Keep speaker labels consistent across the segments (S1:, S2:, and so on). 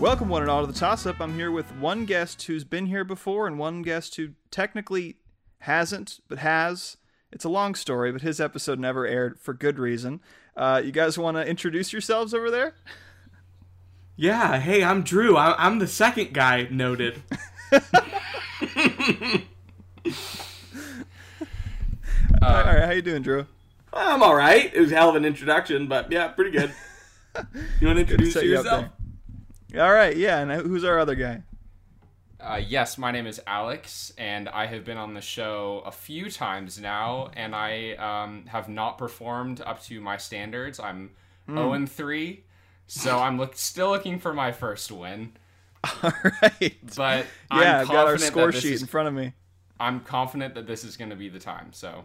S1: Welcome, one and all, to the toss up. I'm here with one guest who's been here before and one guest who technically hasn't, but has. It's a long story, but his episode never aired for good reason. Uh, you guys want to introduce yourselves over there?
S2: Yeah, hey, I'm Drew. I- I'm the second guy noted.
S3: Uh,
S1: all right, how you doing, Drew?
S2: I'm all right. It was a hell of an introduction, but yeah, pretty good. You want to introduce
S1: set you up
S2: yourself?
S1: All right, yeah. And who's our other guy?
S3: Uh, yes, my name is Alex, and I have been on the show a few times now, and I um, have not performed up to my standards. I'm
S1: Hmm.
S3: 0 and 3, so I'm look- still looking for my first win.
S1: All right.
S3: But
S1: yeah,
S3: I'm
S1: I've got our
S3: confident
S1: score
S3: that this
S1: sheet
S3: is-
S1: in front of me.
S3: I'm confident that this is going to be the time. So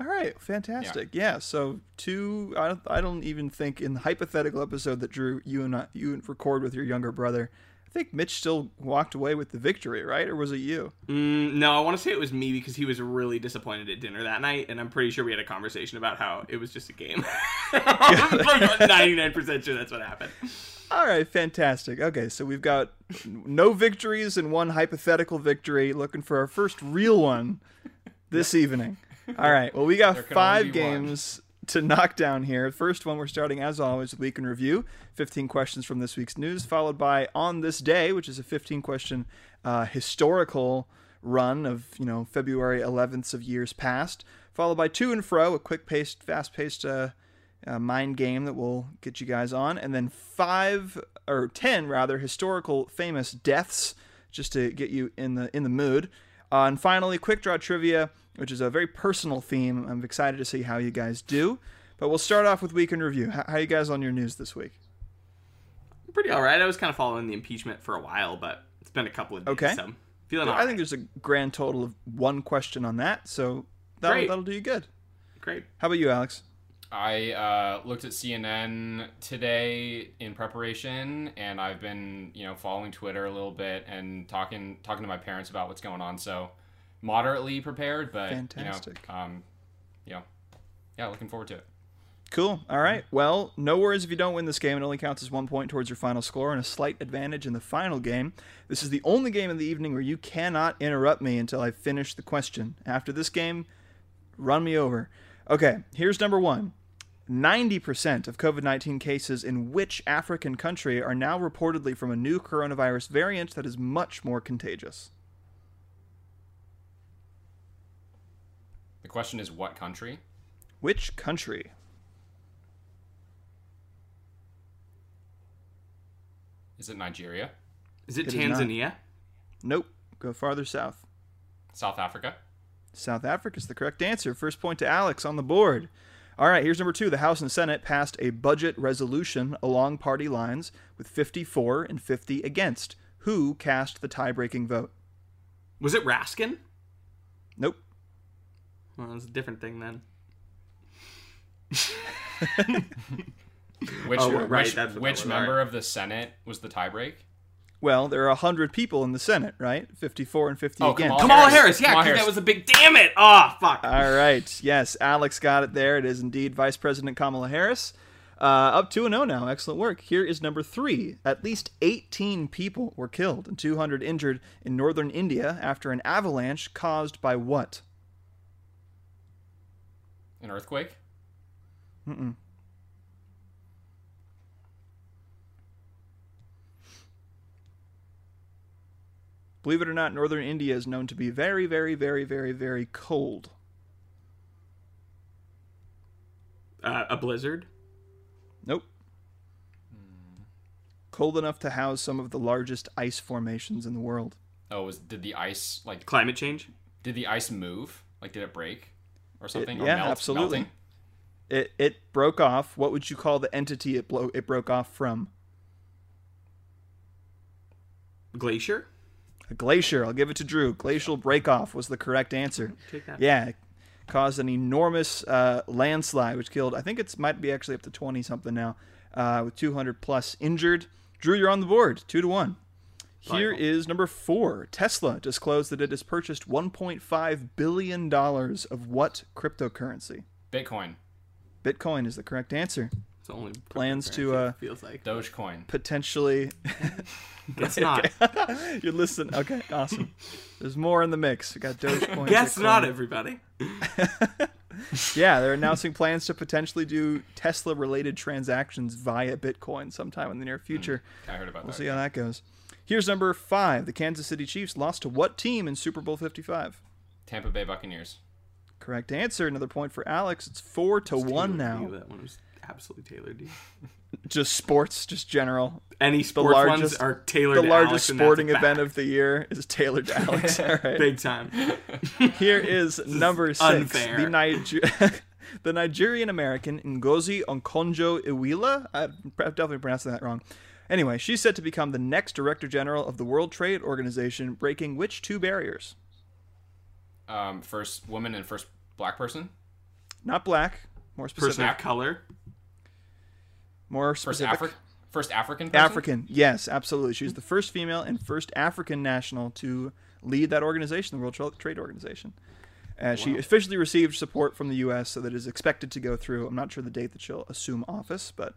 S1: All right, fantastic. Yeah. so two. I don't, I don't even think in the hypothetical episode that Drew you and I, you and record with your younger brother. I think Mitch still walked away with the victory, right? Or was it you?
S2: Mm, no, I want to say it was me because he was really disappointed at dinner that night, and I'm pretty sure we had a conversation about how it was just a game. I'm like 99% sure that's what happened.
S1: All right, fantastic. Okay, so we've got no victories and one hypothetical victory. Looking for our first real one this evening. All right. Well, we got
S3: can only
S1: five
S3: be one.
S1: games to knock down here. First one, we're starting as always with week in review. Fifteen questions from this week's news, followed by on this day, which is a fifteen question uh, historical run of you know February elevenths of years past, followed by to and fro, a quick paced, fast paced. Uh, uh, mind game that we'll get you guys on, and then five or ten rather historical famous deaths, just to get you in the in the mood. Uh, and finally, quick draw trivia, which is a very personal theme. I'm excited to see how you guys do. But we'll start off with week in review. How, how you guys on your news this week?
S2: Pretty all right. I was kind of following the impeachment for a while, but it's been a couple of days,
S1: Okay.
S2: so feeling all
S1: I
S2: right.
S1: think there's a grand total of one question on that, so that'll,
S2: Great.
S1: that'll do you good.
S2: Great.
S1: How about you, Alex?
S3: I uh, looked at CNN today in preparation, and I've been you know following Twitter a little bit and talking talking to my parents about what's going on. So moderately prepared, but
S1: Fantastic.
S3: You know, um, you know, yeah, looking forward to it.
S1: Cool. All right. Well, no worries if you don't win this game. It only counts as one point towards your final score and a slight advantage in the final game. This is the only game of the evening where you cannot interrupt me until I finish the question. After this game, run me over. Okay, here's number one 90% of COVID 19 cases in which African country are now reportedly from a new coronavirus variant that is much more contagious?
S3: The question is what country?
S1: Which country?
S3: Is it Nigeria?
S2: Is
S1: It
S2: it,
S1: is not.
S2: Tanzania?
S1: Nope. Go farther south.
S3: South Africa?
S1: South Africa is the correct answer. First point to Alex on the board. All right, here's number two. The House and Senate passed a budget resolution along party lines with 54 and 50 against. Who cast the tie breaking vote?
S2: Was it Raskin?
S1: Nope.
S2: Well, that's a different thing then.
S3: Which
S2: Oh, right,
S3: which,
S2: that's what that
S3: which
S2: was,
S3: member of the Senate was the tiebreak?
S1: Well, there are 100 people in the Senate, right? 54 and 50
S3: Oh,
S1: against.
S3: Kamala
S2: Kamala
S3: Harris.
S2: Harris, yeah,
S3: Kamala
S2: because that
S3: Harris.
S2: was a big damn it. Oh fuck.
S1: All right. Yes, Alex got it there. It is indeed Vice President Kamala Harris. Uh, up 2 and 0 now. Excellent work. Here is number three. At least 18 people were killed and 200 injured in northern India after an avalanche caused by what?
S3: An earthquake?
S1: Mm-mm. Believe it or not, northern India is known to be very, very, very, very, very cold.
S2: Uh, a blizzard.
S1: Nope. Cold enough to house some of the largest ice formations in the world.
S3: Oh, was did the ice like
S2: Climate change.
S3: did the ice move? Like did it break or something? or
S1: yeah,
S3: melt,
S1: absolutely.
S3: melting?
S1: It it broke off. What would you call the entity it blo- it broke off from?
S2: Glacier.
S1: A glacier. I'll give it to Drew. Glacial breakoff was the correct answer.
S2: Take that.
S1: Yeah, it caused an enormous uh, landslide, which killed. I think it's might be actually up to twenty something now, uh, with two hundred plus injured. Drew, you're on the board, two to one. Here is
S2: Delightful.
S1: number four. Tesla disclosed that it has purchased $1.5 billion of what cryptocurrency?
S3: Bitcoin.
S1: Bitcoin is the correct answer.
S2: It's the only
S1: Plans to,
S2: cryptocurrency,
S1: uh,
S2: it feels like
S3: Dogecoin.
S1: potentially
S2: guess not.
S1: you listen okay awesome there's more in the mix we got dogecoin
S2: Guess
S1: Bitcoin.
S2: not, everybody.
S1: yeah they're announcing plans to potentially do tesla related transactions via bitcoin sometime in the near future
S2: Hmm.
S3: I heard about
S1: we'll
S3: that.
S1: see how that goes here's number five the kansas city chiefs lost to what team in super bowl 55
S3: Tampa Bay Buccaneers.
S1: correct answer another point for alex it's four to one
S2: Taylor
S1: now
S2: D, That one was absolutely tailored. D.
S1: just sports just general
S2: Any sports ones
S1: largest-
S2: are tailored.
S1: the
S2: to
S1: largest
S2: Alex, and that's a
S1: sporting
S2: fact.
S1: event of the year is tailored to alex all right
S2: big time.
S1: Here is number six.
S2: unfair.
S1: The, Niger- the Nigerian American Ngozi Okonjo Iweala. I'm pr- definitely pronouncing that wrong. Anyway, she's set to become the next Director General of the World Trade Organization, breaking which two barriers?
S3: Um, first woman and first black person.
S1: Not black, more specific.
S2: Person of color.
S1: More
S3: First
S1: specific.
S3: Afri- First African. Person?
S1: African, yes, absolutely. She's the first female and first African national to lead that organization, the World Tra- Trade Organization. Uh, She officially received support from the U.S., so that is expected to go through. I'm not sure the date that she'll assume office, but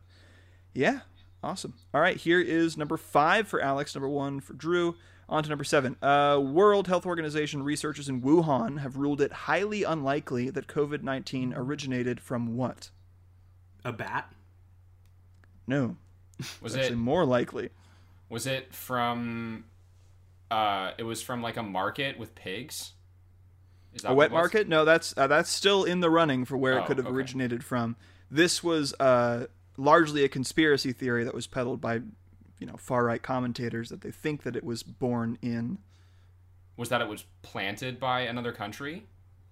S1: yeah, awesome. All right, here is number five for Alex, number one for Drew. On to number seven. Uh, World Health Organization researchers in Wuhan have ruled it highly unlikely that COVID 19 originated from what?
S2: A bat.
S1: No,
S3: Was
S1: actually
S3: it?
S1: more likely.
S3: Was it from? Uh, it was from like a market with pigs. Is that
S1: a
S3: what
S1: wet
S3: it was?
S1: market no that's uh, that's still in the running for where
S3: Oh,
S1: it could have
S3: okay.
S1: originated from this was uh, largely a conspiracy theory that was peddled by you know far right commentators that they think that it was born in
S3: Was that it was planted by another country?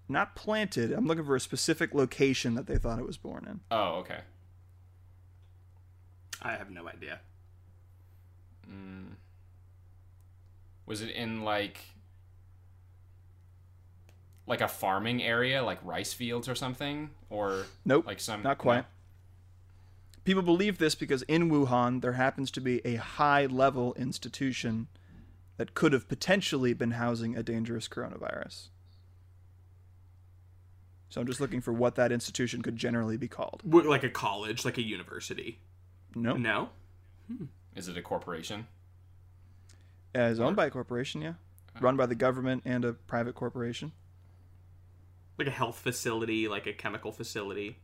S1: not planted i'm looking for a specific location that they thought it was born in
S3: Oh, okay.
S2: I have no idea.
S3: Mm. Was it in like like a farming area, like rice fields or something, or
S1: nope
S3: like some
S1: not quite people believe this because in wuhan there happens to be a high level institution that could have potentially been housing a dangerous coronavirus so i'm just looking for what that institution could generally be called
S2: We're Like a college, like a university.
S1: no
S2: No.
S3: Is it a corporation?
S1: Uh, it's owned by a corporation yeah run by the government and a private corporation
S2: Like a health facility, like a chemical facility,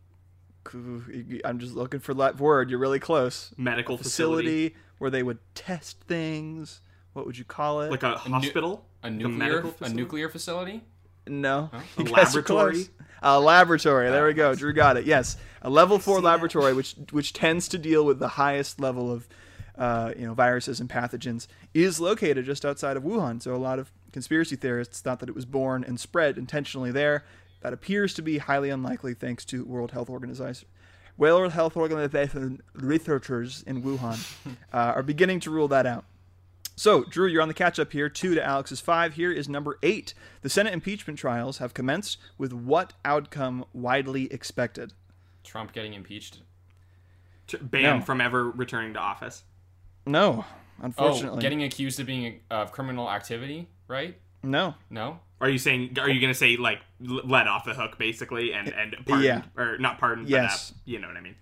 S1: i'm just looking for that word you're really close
S2: medical facility,
S1: facility where they would test things what would you call it
S2: like a hospital,
S3: A
S2: Like
S3: nuclear
S2: medical
S3: a
S2: facility?
S3: nuclear facility?
S1: No.
S2: A
S1: You guys are
S2: laboratory?
S1: close. A laboratory. There we go. Drew got it. Yes, a level four laboratory, which which tends to deal with the highest level of, uh, you know, viruses and pathogens, is located just outside of Wuhan. So a lot of conspiracy theorists thought that it was born and spread intentionally there. That appears to be highly unlikely, thanks to World Health Organization. World Health Organization researchers in Wuhan uh, are beginning to rule that out. So, Drew, you're on the catch up here. Two to Alex's five. Here is number eight. The Senate impeachment trials have commenced with what outcome widely expected?
S3: Trump getting impeached?
S2: t- banned
S1: No.
S2: from ever returning to office.
S1: No,
S3: Oh,
S1: unfortunately.
S3: getting accused of being of criminal activity, right?
S1: no.
S3: No.
S2: Are you saying? Are you going to say like l- let off the hook basically and and pardoned,
S1: yeah.
S2: or not pardoned?
S1: Yes.
S2: but, uh, you know what I mean.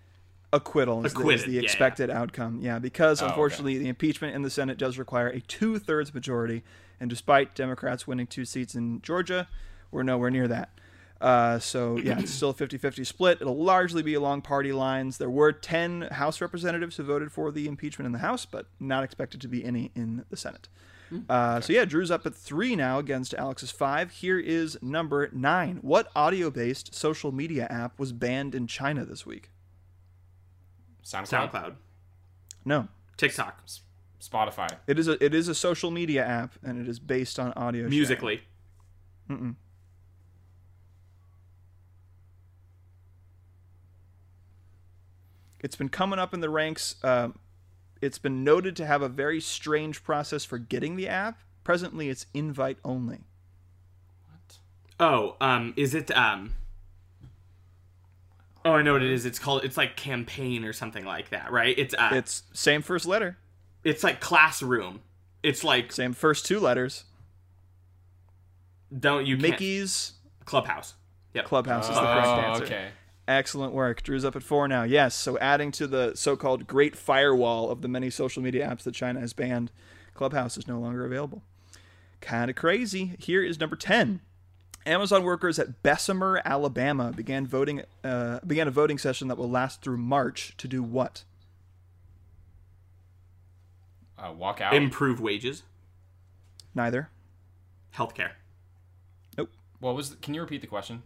S1: Acquittal is, the- is
S2: Acquitted,
S1: the
S2: yeah, Oh, yeah.
S1: expected outcome. Yeah, because
S3: okay.
S1: unfortunately, the impeachment in the Senate does require a two thirds majority. And despite Democrats winning two seats in Georgia, we're nowhere near that. Uh, so, yeah, it's still a 50 50 split. It'll largely be along party lines. There were 10 House representatives who voted for the impeachment in the House, but not expected to be any in the Senate. Uh, so, yeah, Drew's up at three now against Alex's five. Here is number nine. What audio based social media app was banned in China this week?
S3: SoundCloud.
S2: SoundCloud,
S1: No.
S2: TikTok,
S3: S- Spotify.
S1: It is a it is a social media app, and it is based on audio. sharing.
S2: musically.
S1: Mm-mm. It's been coming up in the ranks. Uh, it's been noted to have a very strange process for getting the app. Presently, it's invite only.
S3: What?
S2: Oh, um, is it um? Oh, I know what it is. It's called. It's like campaign or something like that, right? It's uh, it's,
S1: It's same first letter,
S2: like classroom. It's like
S1: same first two letters.
S2: don't you can't-
S1: Mickey's
S2: clubhouse. Yep.
S1: Clubhouse is the correct
S3: Oh,
S1: answer.
S3: okay.
S1: Excellent work. Drew's up at four now. Yes. So adding to the so-called great firewall of the many social media apps that China has banned, Clubhouse is no longer available. Kind of crazy. Here is number ten. Amazon workers at Bessemer, Alabama, began voting uh, began a voting session that will last through March to do what?
S3: Uh, walk out.
S2: Improve wages,
S1: Neither.
S2: healthcare.
S3: what was? The, can you repeat the question?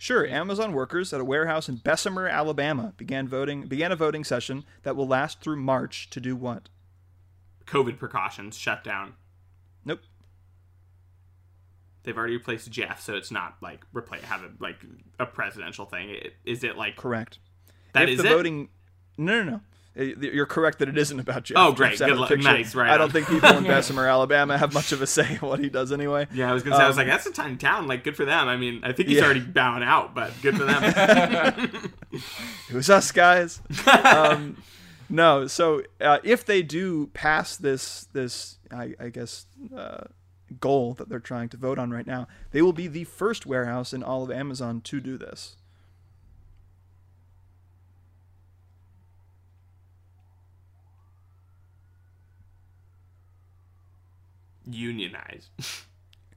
S1: Sure, Amazon workers at a warehouse in Bessemer, Alabama, began voting began a voting session that will last through March to do what?
S2: COVID precautions shut down.
S1: Nope.
S2: They've already replaced Jeff, so it's not like replace have a like a presidential thing. It- Is it like
S1: Correct.
S2: that?
S1: if
S2: Is
S1: the
S2: it?
S1: voting no no no Uh, you're correct that it isn't about Jeff.
S2: Oh, great.
S1: Jeff's out
S2: Good
S1: of the
S2: luck.
S1: picture.
S2: Nice. Right
S1: I don't
S2: on.
S1: think people in Bessemer, Alabama, have much of a say in what he does anyway.
S2: Yeah, I was gonna say I was like that's a tiny town. Like good for them. I mean, I think he's
S1: Um, Yeah.
S2: already bowing out, but good for them.
S1: It was us guys. um, no, so uh, if they do pass this this I, I guess uh, goal that they're trying to vote on right now, they will be the first warehouse in all of Amazon to do this.
S2: Unionize.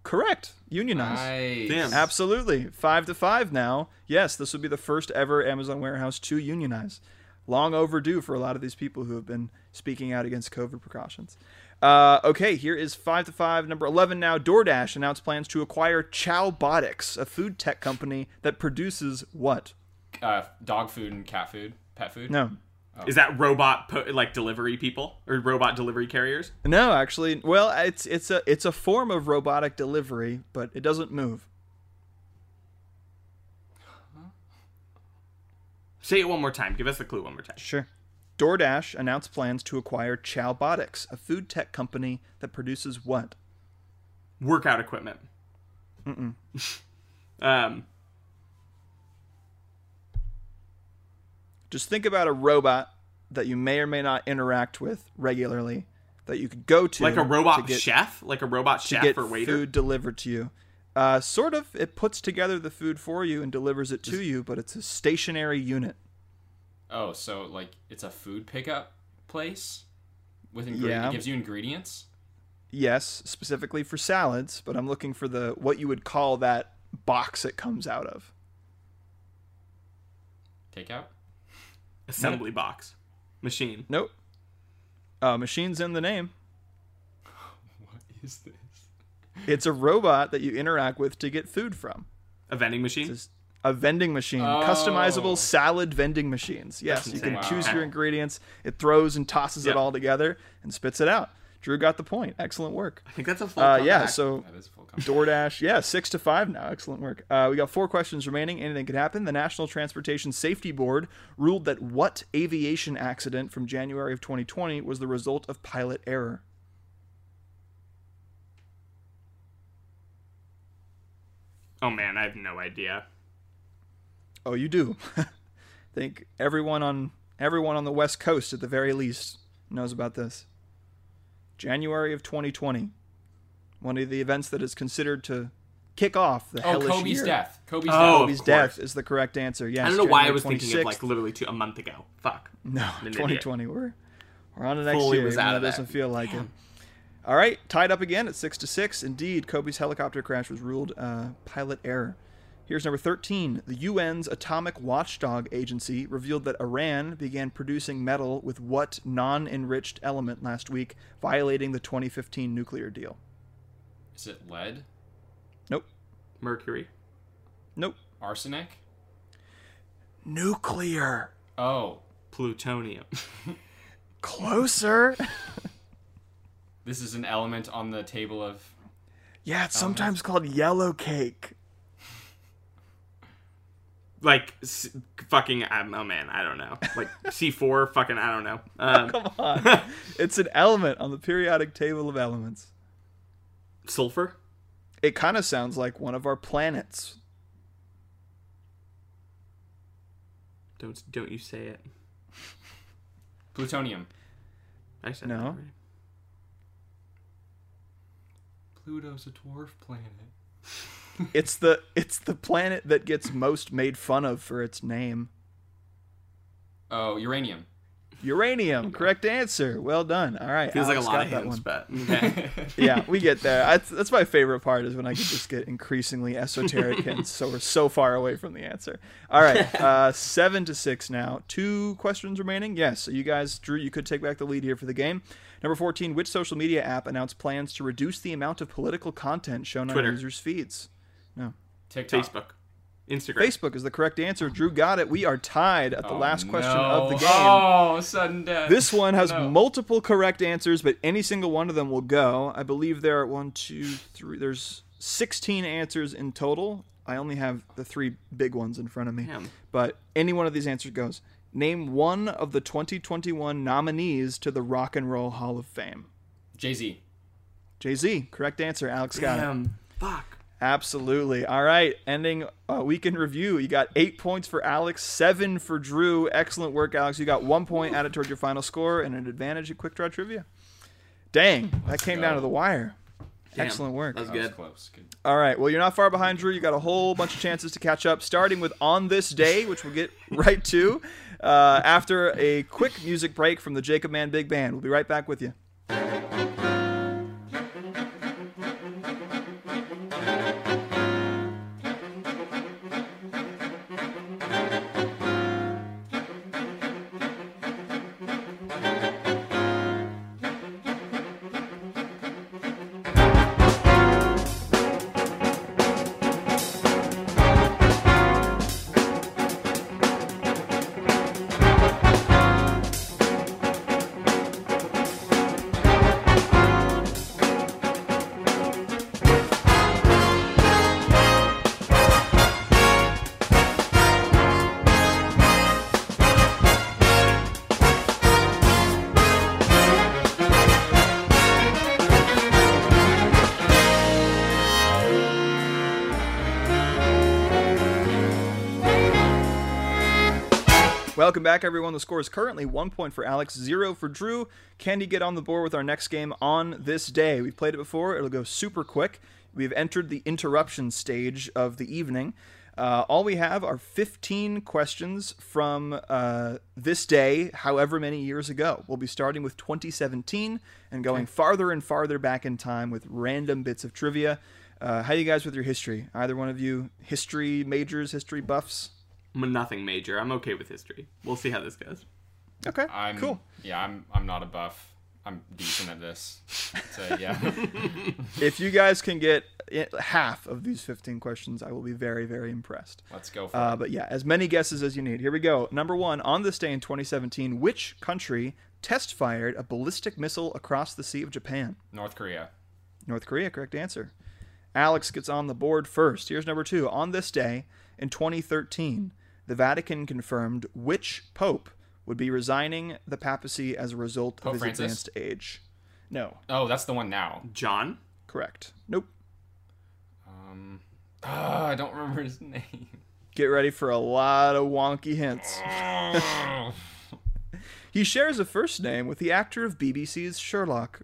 S1: Correct. Unionize.
S3: Nice.
S2: Damn.
S1: Absolutely. Five to five now. Yes, this would be the first ever Amazon warehouse to unionize. Long overdue for a lot of these people who have been speaking out against COVID precautions. Uh, okay, here is five to five. Number 11 now. DoorDash announced plans to acquire Chowbotics, a food tech company that produces what?
S3: Uh, dog food and cat food, pet food.
S1: No.
S2: Is that robot po- like delivery people or robot delivery carriers?
S1: No, actually, well, it's it's a it's a form of robotic delivery, but it doesn't move.
S2: Say it one more time. Give us the clue one more time.
S1: Sure. DoorDash announced plans to acquire Chowbotics, a food tech company that produces what?
S2: Workout equipment. Mm-mm. um,
S1: Just think about a robot that you may or may not interact with regularly that you could go to
S2: like a robot
S1: to get,
S2: chef, like a robot
S1: to
S2: chef
S1: get
S2: or waiter.
S1: food delivered to you. Uh, sort of, it puts together the food for you and delivers it to you, but it's a stationary unit.
S3: Oh, so like it's a food pickup place with ingre-
S1: Yeah.
S3: It gives you ingredients.
S1: Yes, specifically for salads, but I'm looking for the what you would call that box it comes out of.
S3: Takeout.
S2: Assembly box. Machine.
S1: Nope. Uh, machine's in the name.
S3: What is this?
S1: It's a robot that you interact with to get food from.
S2: A vending machine.
S1: Just a vending machine,
S3: Oh.
S1: customizable salad vending machines. Yes, you can
S2: insane.
S1: choose
S3: Wow.
S1: your ingredients. It throws and tosses
S2: Yeah.
S1: it all together and spits it out. Drew got the point. Excellent work.
S2: I think that's a full
S1: Uh, yeah,
S2: comeback.
S1: so
S3: That is full company.
S1: DoorDash, yeah, six to five now. Excellent work. Uh, we got four questions remaining. Anything could happen. The National Transportation Safety Board ruled that what aviation accident from January of 2020 was the result of pilot error?
S2: Oh man, I have no idea.
S1: Oh, you do. think everyone on everyone on the West Coast, at the very least, knows about this. January of 2020, one of the events that is considered to kick off the
S3: Oh,
S1: hellish
S3: Kobe's
S1: year.
S3: death. Kobe's
S2: Oh,
S3: death.
S1: Kobe's
S2: Of course.
S1: death is the correct answer. Yes.
S2: I don't know why I
S1: January
S2: was thinking
S1: 26th.
S2: of like literally two, a month ago. Fuck.
S1: No,
S2: an idiot.
S1: 2020. We're we're on to next
S2: Fully
S1: year.
S2: was
S1: even
S2: out
S1: though
S2: of
S1: it
S2: that.
S1: doesn't feel like it. All right, tied up again at six to six. Indeed, Kobe's helicopter crash was ruled uh, pilot error. Here's number 13. The UN's Atomic Watchdog Agency revealed that Iran began producing metal with what non enriched element last week, violating the 2015 nuclear deal?
S3: Is it lead?
S1: Nope.
S2: Mercury.
S1: Nope.
S3: Arsenic?
S1: Nuclear.
S3: Oh,
S2: Plutonium.
S1: Closer.
S3: this is an element on the table of.
S1: yeah, it's sometimes called yellow cake.
S2: like s- fucking. I'm, oh man, I don't know. Like C4. Fucking. I don't know. Um,
S1: Oh, Come on. it's an element on the periodic table of elements.
S2: sulfur.
S1: It kind of sounds like one of our planets.
S2: Don't don't you say it.
S3: Plutonium.
S2: I said
S1: No.
S2: that already.
S3: Pluto's a dwarf planet.
S1: it's the it's the planet that gets most made fun of for its name.
S3: Oh, uranium.
S1: Uranium, correct answer. Well done. All right,
S2: Feels
S1: Alex
S2: like a lot
S1: got
S2: of
S1: that one.
S2: hints, but okay.
S1: yeah, we get there. That's, that's my favorite part is when I can just get increasingly esoteric hints. So we're so far away from the answer. All right, uh, seven to six now. Two questions remaining. Yes, so you guys, Drew, you could take back the lead here for the game. Number fourteen. Which social media app announced plans to reduce the amount of political content shown
S2: Twitter.
S1: on users' feeds?
S3: TikTok.
S2: Facebook, Instagram.
S1: Facebook is the correct answer. Drew got it. We are tied at the
S3: Oh,
S1: last question
S3: no.
S1: of the game.
S3: Oh, sudden death.
S1: This one has
S3: No.
S1: multiple correct answers, but any single one of them will go. I believe there are one, two, three. There's 16 answers in total. I only have the three big ones in front of me.
S2: Damn.
S1: But any one of these answers goes. Name one of the 2021 nominees to the Rock and Roll Hall of Fame.
S3: Jay Z.
S1: Jay Z, correct answer. Alex got it.
S2: Damn. Fuck.
S1: Absolutely. All right. Ending uh, week in review. You got eight points for Alex, seven for Drew. Excellent work, Alex. You got one point added toward your final score and an advantage at quick draw trivia. Dang, that came down
S3: go.
S1: to the wire.
S2: Damn.
S1: Excellent work.
S2: That was
S3: That was
S2: good.
S3: close. Good.
S1: All right. Well, you're not far behind, Drew. You got a whole bunch of chances to catch up, starting with On This Day, which we'll get right to uh, after a quick music break from the Jacob Man Big Band. We'll be right back with you. Welcome back, everyone. The score is currently one point for Alex, zero for Drew. Can you get on the board with our next game on this day? We've played it before, it'll go super quick. We've entered the interruption stage of the evening. Uh, all we have are 15 questions from uh, this day, however many years ago. We'll be starting with 2017 and going farther and farther back in time with random bits of trivia. Uh, how you guys with your history? Either one of you history majors, history buffs?
S2: I'm a nothing major. I'm okay with history. We'll see how this goes.
S1: Okay,
S3: I'm
S1: cool.
S3: Yeah, I'm. I'm not a buff. I'm decent at this. So yeah.
S1: if you guys can get it- half of these 15 questions, I will be very, very impressed.
S3: Let's go for
S1: Uh,
S3: it.
S1: but yeah, as many guesses as you need. Here we go. Number one, on this day in 2017, which country test fired a ballistic missile across the Sea of Japan?
S3: North Korea.
S1: North Korea, correct answer. Alex gets on the board first. Here's number two. On this day in 2013, the Vatican confirmed which pope would be resigning the papacy as a result of
S3: Pope
S1: his
S3: Francis?
S1: advanced age? No,
S3: Oh, that's the one now.
S2: John.
S1: correct. Nope.
S3: Um, ah, I don't remember his name.
S1: Get ready for a lot of wonky hints.
S3: Oh,
S1: He shares a first name with the actor of BBC's Sherlock.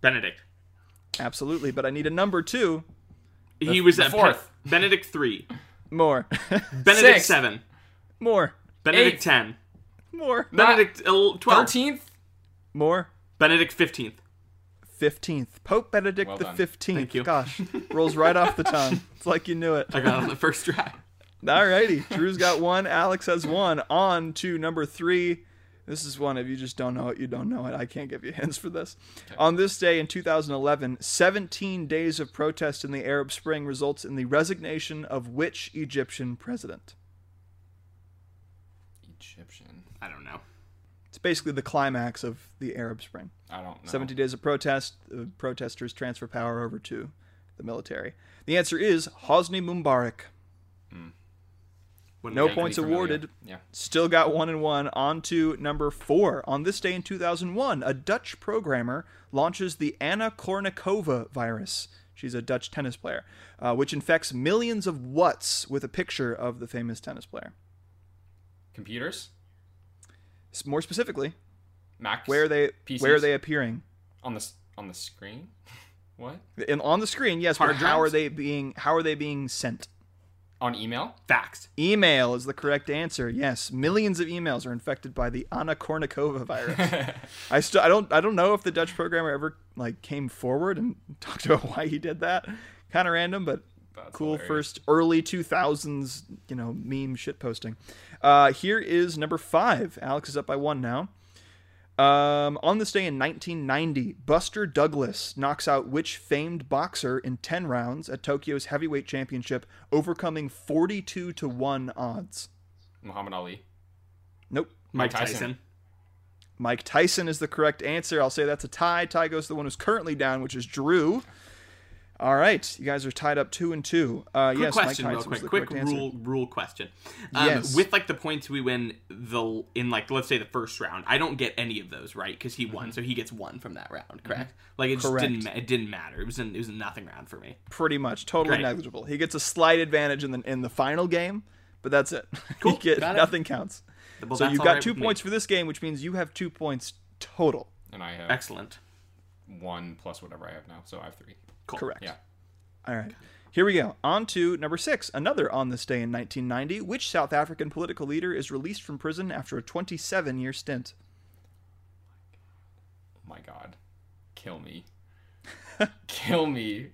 S2: Benedict.
S1: Absolutely, but I need a number two
S2: he was
S3: the
S2: at
S3: fourth.
S2: Pe- Benedict three.
S1: more.
S2: Benedict
S3: Sixth.
S2: seven.
S1: more.
S2: Benedict
S3: Eighth.
S2: ten.
S1: More.
S2: Benedict el- twelve.
S3: 13th?
S1: More.
S2: Benedict fifteenth.
S1: 15th. Pope Benedict
S3: Well
S1: the
S3: done.
S1: 15th.
S2: Thank you.
S1: Gosh, rolls right off the tongue. It's like you knew it.
S2: I got it on the first try.
S1: Alrighty. Drew's got one. Alex has one. On to number three. This is one if you just don't know it, you don't know it. I can't give you hints for this. On this day in 2011, 17 days of protest in the Arab Spring results in the resignation of which Egyptian president?
S3: Egyptian.
S2: I don't know.
S1: It's basically the climax of the Arab Spring.
S3: I don't know.
S1: 70 days of protest, uh, protesters transfer power over to the military. The answer is Hosni Mubarak.
S2: Wouldn't
S1: No
S2: be-
S1: points
S3: Vaguely familiar.
S1: awarded.
S3: Yeah.
S1: Still got one and one. On to number four. On this day in 2001, a Dutch programmer launches the Anna Kournikova virus. She's a Dutch tennis player, uh, which infects millions of what's with a picture of the famous tennis player.
S3: Computers?
S1: S- More specifically,
S3: Macs?
S1: where are they where are
S3: PCs?
S1: they appearing?
S3: On the, s- on the screen? What?
S1: And on the screen, yes,
S2: Hard
S1: but how
S2: drives?
S1: are they being how are they being sent?
S3: On email?
S2: Facts.
S1: Email is the correct answer. Yes, millions of emails are infected by the Anna Kournikova virus. I still I don't I don't know if the Dutch programmer ever like came forward and talked about why he did that. Kind of random, but
S3: That's
S1: cool
S3: hilarious.
S1: first early 2000s, you know, meme shit posting. Uh, here is number 5. Alex is up by 1 now. Um, on this day in 1990, Buster Douglas knocks out which famed boxer in 10 rounds at Tokyo's heavyweight championship, overcoming 42 to 1 odds.
S3: Muhammad Ali.
S1: Nope.
S2: Mike
S3: Tyson.
S2: Tyson.
S1: Mike Tyson is the correct answer. I'll say that's a tie. Tie goes to the one who's currently down, which is Drew. All right, you guys are tied up two and two. Uh,
S2: Quick
S1: yes,
S2: question,
S1: Mike
S2: real
S1: Tyson was
S2: quick.
S1: the
S2: Quick
S1: correct answer.
S2: rule rule question. Um,
S1: Yes.
S2: With like the points we win the in like let's say the first round, I don't get any of those right because he won, so he gets one from that round. Correct. Like it just
S1: Mm-hmm. Correct.
S2: didn't ma- it didn't matter. It was an, it was a nothing round for me.
S1: Pretty much, totally
S2: Great.
S1: negligible. He gets a slight advantage in the in the final game, but that's it.
S2: Cool,
S1: You get-
S2: got it.
S1: nothing counts.
S2: Well,
S1: so
S2: that's
S1: you've
S2: all
S1: got
S2: right
S1: two
S2: with me.
S1: points for this game, which means you have two points total.
S3: And I have
S2: Excellent.
S3: one plus whatever I have now, so I have three.
S2: Cool.
S1: Correct.
S3: Yeah.
S1: All right. Here we go. On to number six. Another on this day in 1990. Which South African political leader is released from prison after a 27 year stint?
S3: Oh my god. Kill me. Kill me.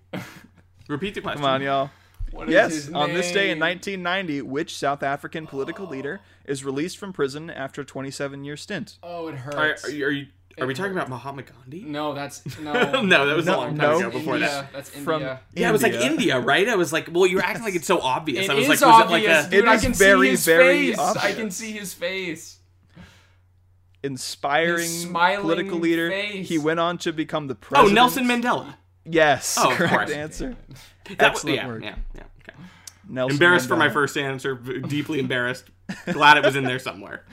S2: Repeat the question.
S1: Come on, y'all.
S3: What is
S1: Yes,
S3: his
S1: on this day in
S3: name?
S1: 1990, which South African political leader is released from prison after a 27 year stint?
S3: Oh, it hurts.
S2: Are, are you, are, you, are we talking about Mahatma Gandhi?
S3: No, that's no.
S2: No, that was
S1: No,
S2: a long time
S1: no.
S2: ago before
S3: India.
S2: that.
S3: That's India.
S1: From
S2: Yeah, it was like India, right? I was like, well, you were acting like it's so obvious.
S3: It
S2: I was
S3: is
S2: like, was
S3: obvious,
S2: it like a
S3: dude.
S1: It
S3: I
S1: is
S3: can
S1: very,
S3: see his
S1: very
S3: face. I can
S1: obvious.
S3: see his face.
S1: Inspiring
S3: His smiling
S1: political leader.
S3: face.
S1: He went on to become the
S2: oh
S1: president.
S2: Nelson Mandela?
S1: Yes,
S2: Oh, of
S1: correct
S2: course.
S1: answer.
S2: That was,
S1: Excellent
S2: yeah,
S1: work.
S2: yeah, yeah. Okay.
S1: Nelson
S2: Embarrassed for my
S1: Mandela.
S2: first answer. v- Deeply embarrassed. Glad it was in there somewhere.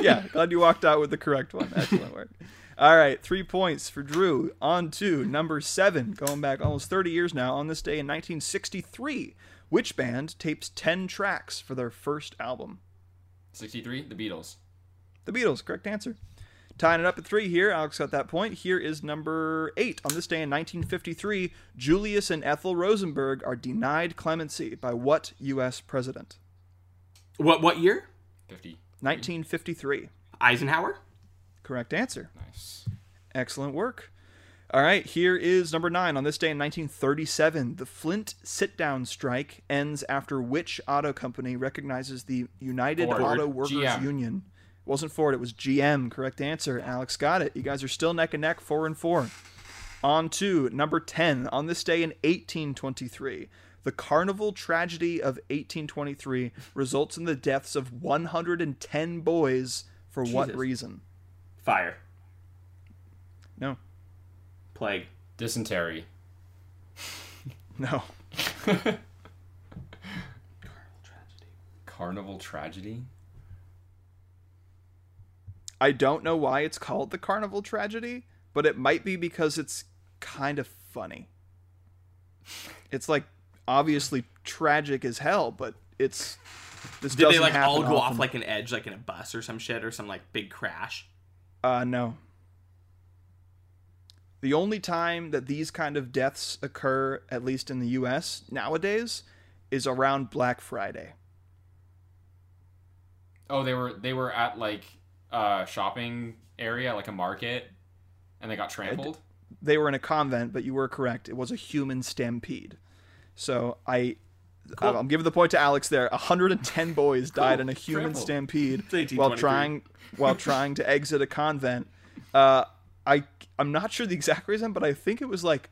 S1: yeah, glad you walked out with the correct one. Excellent work. All right, three points for Drew. On to number seven, going back almost 30 years now. On this day in 1963, which band tapes 10 tracks for their first album?
S3: 63, the Beatles.
S1: The Beatles, correct answer. Tying it up at three here. Alex got that point. Here is number eight. On this day in 1953, Julius and Ethel Rosenberg are denied clemency by what U.S. president?
S2: What what year?
S3: 50.
S1: 1953.
S2: Eisenhower.
S1: Correct answer.
S3: Nice.
S1: Excellent work. All right, here is number nine. On this day in 1937, the Flint sit down strike ends after which auto company recognizes the United
S3: Ford.
S1: Auto Workers
S3: GM.
S1: Union? It wasn't Ford, it was GM. Correct answer. Alex got it. You guys are still neck and neck, four and four. On to number 10. On this day in 1823, the carnival tragedy of 1823 results in the deaths of 110 boys for what
S2: Jesus.
S1: reason?
S2: Fire.
S1: No,
S2: Plague.
S3: Dysentery.
S1: no.
S3: Carnival tragedy?
S1: I don't know why it's called the Carnival Tragedy, but it might be because it's kind of funny. It's like obviously tragic as hell, but it's this
S2: Did they
S1: doesn't
S2: like
S1: happen
S2: all go
S1: often.
S2: off like an edge, like in a bus or some shit, or some like big crash?
S1: uh no. The only time that these kind of deaths occur, at least in the U.S. nowadays, is around Black Friday.
S3: Oh, they were they were at like uh shopping area, like a market, and they got trampled.
S1: they were in a convent, but you were correct. It was a human stampede. So I, I'll- I'll give the point to Alex there. 110 boys died in a human
S3: Trample.
S1: stampede
S2: It's
S1: while
S2: 1823.
S1: trying while trying to exit a convent. Uh, I I'm not sure the exact reason, but I think it was like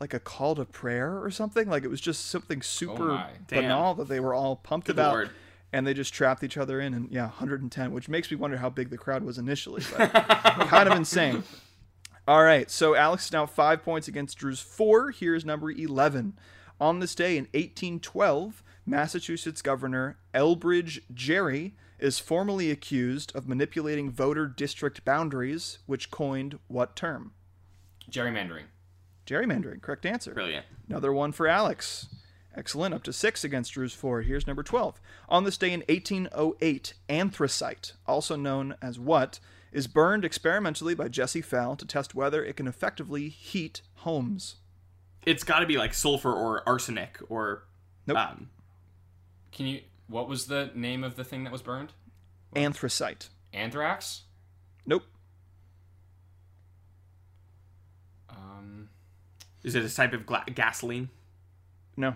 S1: like a call to prayer or something. Like it was just something super
S3: my.
S2: Damn.
S1: banal that they were all pumped about.
S2: lord.
S1: And they just trapped each other in, and yeah, 110, which makes me wonder how big the crowd was initially. But kind of insane. All right, so Alex is now five points against Drew's four. Here's number 11. On this day in 1812, Massachusetts Governor Elbridge Gerry is formally accused of manipulating voter district boundaries, which coined what term?
S3: Gerrymandering.
S1: Gerrymandering. Correct answer.
S2: Brilliant.
S1: Another one for Alex. Excellent. Up to six against Drew's four. Here's number 12. On this day in 1808, anthracite, also known as what, is burned experimentally by Jesse Fowle to test whether it can effectively heat homes.
S2: it's got to be like sulfur or arsenic or
S1: Nope.
S2: um,
S3: Can you? What was the name of the thing that was burned?
S1: Anthracite.
S3: Anthrax.
S1: Nope.
S3: Um,
S2: is it a type of gla- gasoline?
S1: No.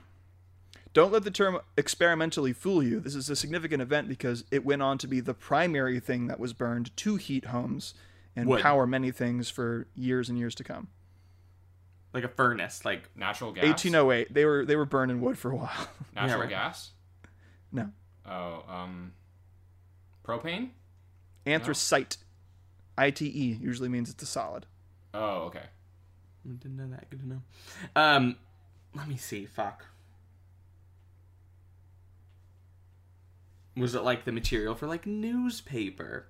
S1: Don't let the term experimentally fool you. This is a significant event because it went on to be the primary thing that was burned to heat homes and
S2: Wood.
S1: power many things for years and years to come.
S2: Like a furnace, like
S3: natural gas.
S1: 1808, they were they were burning wood for a while.
S3: Natural
S2: Yeah, right.
S3: gas.
S1: no.
S3: Oh, um, propane.
S1: Anthracite. ITE usually means it's a solid.
S3: Oh, okay.
S2: didn't know that. Good to know. Um, let me see. Fuck. Was it like the material for like newspaper?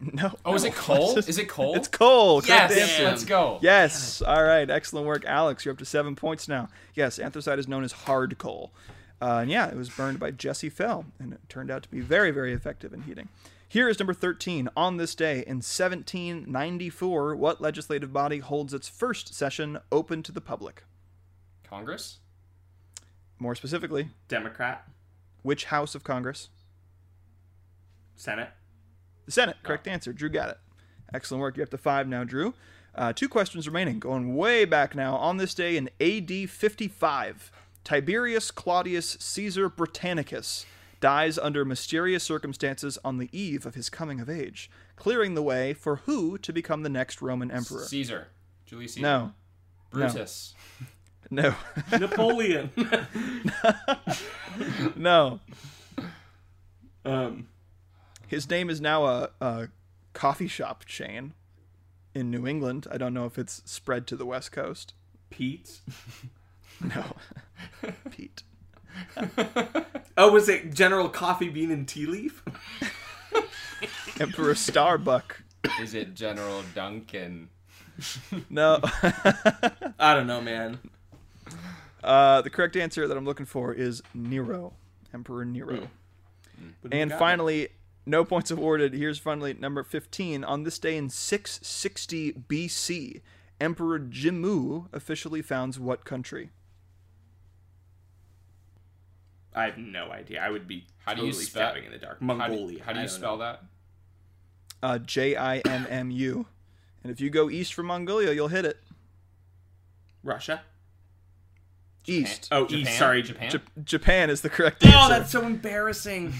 S1: No.
S3: Oh, is
S1: no,
S3: it coal?
S1: it's-
S3: Is it coal?
S1: It's coal. correct
S3: Yes.
S1: answer.
S2: Damn.
S3: Let's go.
S1: Yes. All right. Excellent work, Alex. You're up to seven points now. Yes, anthracite is known as hard coal. Uh, and yeah, it was burned by Jesse Fell, and it turned out to be very, very effective in heating. Here is number 13. On this day in 1794, what legislative body holds its first session open to the public?
S3: Congress.
S1: More specifically,
S2: Democrat,
S1: which House of Congress?
S2: Senate.
S1: The Senate. Correct answer. Drew got it. Excellent work. You're up to five now, Drew. Uh, two questions remaining. Going way back now. On this day in AD 55, Tiberius Claudius Caesar Britannicus dies under mysterious circumstances on the eve of his coming of age, clearing the way for who to become the next Roman emperor?
S3: Caesar. Julius Caesar.
S1: No,
S3: Brutus.
S1: no,
S2: Napoleon.
S1: no.
S2: um,
S1: His name is now a, a coffee shop chain in New England. I don't know if it's spread to the West Coast.
S2: Pete.
S1: No, Pete.
S2: Oh, was it General Coffee Bean and Tea Leaf?
S1: Emperor Starbuck.
S3: Is it General Duncan?
S1: No.
S2: I don't know, man.
S1: uh, the correct answer that I'm looking for is Nero, Emperor Nero.
S2: But we
S1: And
S2: got it.
S1: finally, no points awarded. Here's finally number 15. On this day in 660 BC, Emperor Jimmu officially founds what country?
S2: I have no idea. I would be
S3: How do you
S2: totally
S3: spell-
S2: stabbing in the dark.
S3: How do-
S2: Mongolia.
S3: How do,
S2: I
S3: you
S2: don't
S3: spell
S2: know.
S3: that?
S1: Uh, J I M M U. And if you go east from Mongolia, you'll hit it.
S2: Russia.
S1: East.
S2: Oh,
S3: Japan?
S2: East. Sorry,
S3: Japan.
S1: Ja- Japan is the correct answer.
S2: Oh, that's so embarrassing.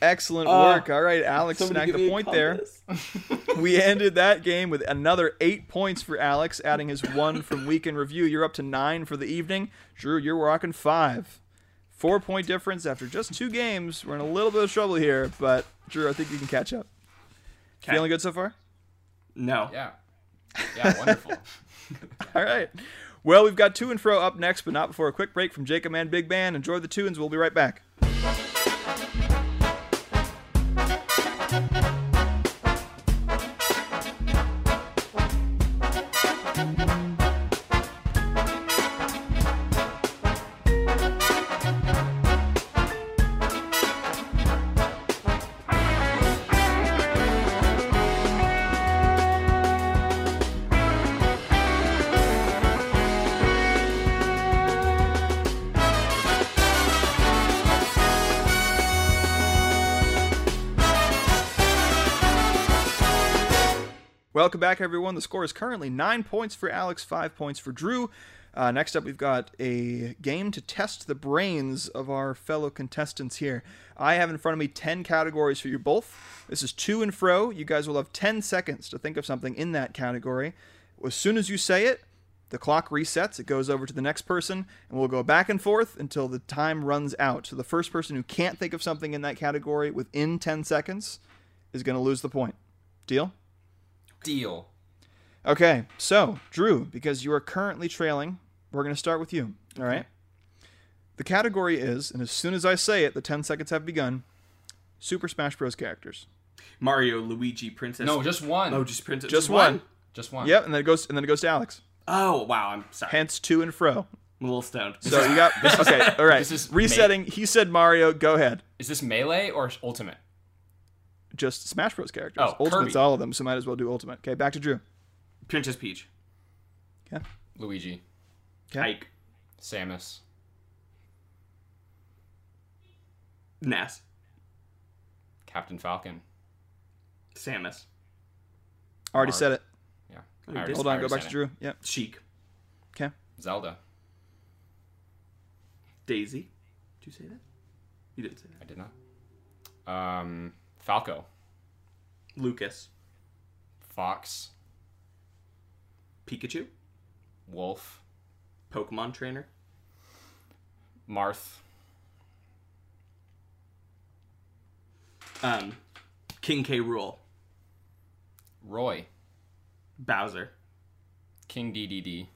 S1: Excellent
S2: Oh,
S1: work. All right, Alex snagged the point there. we ended that game with another eight points for Alex, adding his one from week in review. You're up to nine for the evening. Drew, you're rocking five. Four point difference after just two games. We're in a little bit of trouble here, but Drew, I think you can catch up. Feeling good so far?
S2: No.
S3: Yeah. Yeah. Wonderful.
S1: All right. Well, we've got two and fro up next, but not before a quick break from Jacob and Big Band. Enjoy the tunes. We'll be right back. Welcome back, everyone. The score is currently nine points for Alex, five points for Drew. Uh, next up, we've got a game to test the brains of our fellow contestants here. I have in front of me 10 categories for you both. This is to and fro. You guys will have 10 seconds to think of something in that category. As soon as you say it, the clock resets, it goes over to the next person, and we'll go back and forth until the time runs out. So the first person who can't think of something in that category within 10 seconds is going to lose the point. Deal?
S3: Deal.
S1: Okay, so Drew, because you are currently trailing, we're going to start with you. All right. The category is, and as soon as I say it, the 10 seconds have begun Super Smash Bros. characters.
S2: Mario, Luigi, Princess.
S3: No, just one.
S2: Oh, just Princess.
S1: Just one.
S3: Just one.
S1: Yep, and then it goes, and then it goes to Alex.
S2: Oh, wow. I'm sorry.
S1: Hence to and fro.
S2: I'm a little stoned.
S1: So you got okay. All right.
S3: this is ma-
S1: Resetting. He said Mario. Go ahead.
S3: Is this melee or ultimate?
S1: Just Smash Bros. characters.
S3: Oh,
S1: Ultimate's
S3: Kirby.
S1: all of them, so might as well do Ultimate. Okay, back to Drew.
S2: Princess Peach.
S1: Okay.
S3: Luigi.
S1: Okay.
S2: Ike.
S3: Samus.
S2: Ness.
S3: Captain Falcon.
S2: Samus.
S1: Already
S3: Mark.
S1: said it.
S3: Yeah.
S2: Oh,
S3: I
S2: you
S3: already-
S2: did.
S1: Hold
S3: I
S1: on, go
S3: already
S1: back
S3: said
S1: to
S3: it.
S1: Drew. Yep.
S2: Sheik.
S1: Okay.
S3: Zelda.
S2: Daisy. Did you say that? You didn't say
S3: I did not. Um, Falco.
S2: that. Lucas.
S3: Fox.
S2: Pikachu.
S3: Wolf.
S2: Pokemon trainer.
S3: Marth.
S2: Um, King K. Rule.
S3: Roy.
S2: Bowser.
S3: King DDD.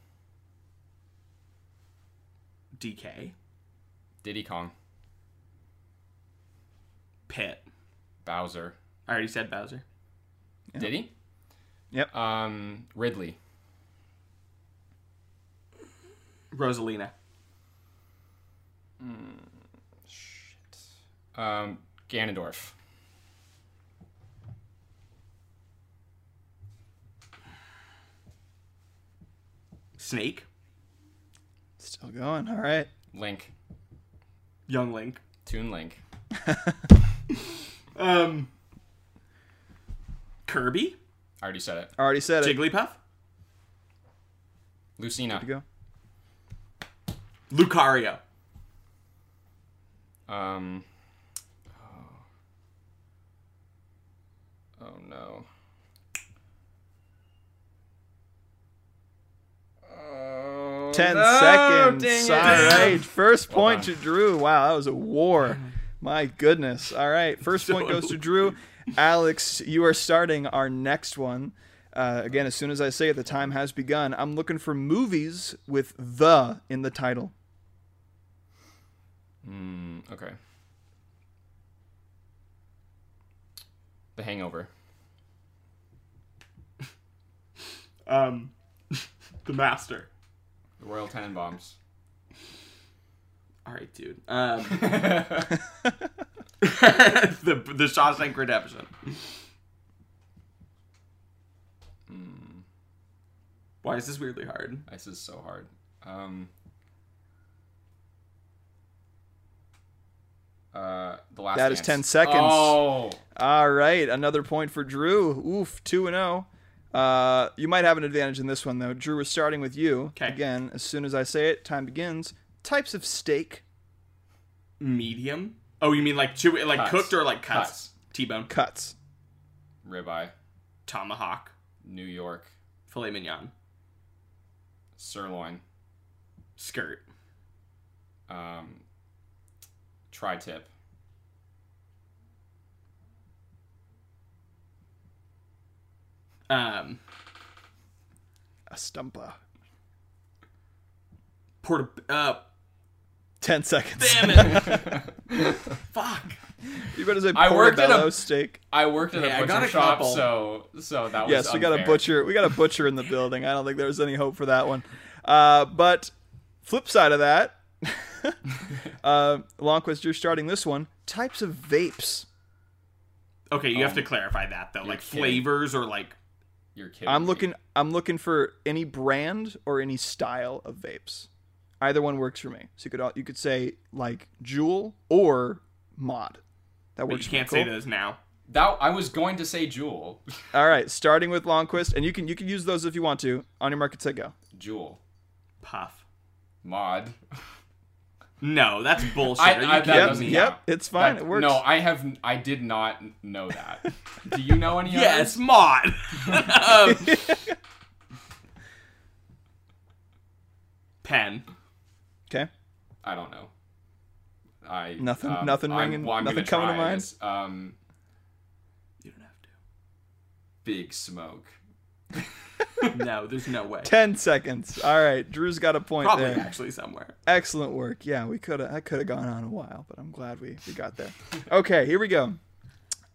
S2: DK.
S3: Diddy Kong.
S2: Pit.
S3: Bowser.
S2: I already said Bowser.
S3: Diddy?
S1: Yep.
S3: Um, Ridley.
S2: Rosalina.
S3: Um, Ganondorf.
S2: Snake.
S1: Still going. All right.
S3: Link.
S2: Young Link.
S3: Toon Link.
S2: Um, Kirby.
S3: I already said it.
S1: Already said it.
S2: Jigglypuff.
S1: Good
S3: Lucina.
S1: to
S2: Lucario.
S3: Um. Oh, oh no. Oh,
S1: Ten
S3: no, dang
S1: seconds.
S3: it.
S1: All right. First
S3: Well
S1: point to Drew. Wow, that was a war. My goodness. All right. First point goes to Drew. Alex, you are starting our next one. Uh, again, as soon as I say it, the time has begun. I'm looking for movies with the in the title.
S3: Mm, okay. The Hangover.
S2: Um, the Master.
S3: The Royal Tenenbaums.
S2: All right, dude. Um,
S3: the
S2: the the Shawshank Redemption. Hmm. Why is this weirdly hard?
S3: This is so hard. Um, uh, the last.
S1: That is
S3: Dance.
S1: 10 seconds.
S3: Oh,
S1: All right, another point for Drew. Oof, 2 and 0. Uh, you might have an advantage in this one though. Drew is starting with you.
S2: 'Kay.
S1: Again, as soon as I say it, time begins. Types of steak
S2: Medium. Oh, you mean like chew like
S3: Cuts.
S2: cooked or like cuts?
S3: Cuts.
S2: T-bone,
S1: cuts.
S3: ribeye,
S2: tomahawk,
S3: New York,
S2: filet mignon,
S3: sirloin,
S2: skirt,
S3: um, tri-tip,
S2: um,
S1: A stumpa.
S2: port. Uh,
S1: 10 seconds.
S2: damn it! Fuck.
S1: You better say
S3: I worked at a-
S1: portobello steak.
S3: I worked at
S2: Hey, I
S3: a
S2: got
S3: butcher
S2: a
S3: shop,
S2: couple.
S3: so so that was.
S1: Yes, we got a
S3: unfair.
S1: butcher. We got a butcher in the building. I don't think there was any hope for that one. Uh, but flip side of that, uh, Longquist, you're starting this one. Types of vapes.
S2: Okay, you have to clarify that though. Like
S3: Um, kidding.
S2: flavors or like.
S3: You're kidding.
S1: I'm
S3: me.
S1: looking. I'm looking for any brand or any style of vapes. Either one works for me. So you could all, you could say like Jewel or Mod. That
S2: But
S1: works.
S2: you
S1: for me.
S2: can't say
S1: Cool?
S2: those now.
S3: That I was going to say jewel,
S1: All right, starting with Longquist, and you can you can use those if you want to. On your market, set go.
S3: jewel,
S2: Puff.
S3: mod.
S2: No, that's bullshit.
S3: I-
S2: Are you
S3: I- that
S2: kidding
S1: Yep,
S3: doesn't
S2: me?
S1: yep,
S3: count.
S1: it's fine.
S3: That-
S1: it works.
S3: No, I have. I did not know that. Do you know any?
S2: Yes,
S3: others?
S2: mod. um, pen.
S1: Okay.
S3: I don't know. I
S1: Nothing-
S3: um,
S1: nothing
S3: I'm-
S1: ringing-
S3: well, I'm
S1: nothing
S3: gonna
S1: coming to
S3: try
S1: mind?
S3: this. Um,
S2: You don't have
S3: big smoke.
S2: to. No, there's no way.
S1: 10 seconds. All right, Drew's got a point
S2: Probably
S1: there.
S2: actually somewhere.
S1: Excellent work. Yeah, we could have I could have gone on a while, but I'm glad we we got there. Okay, here we go.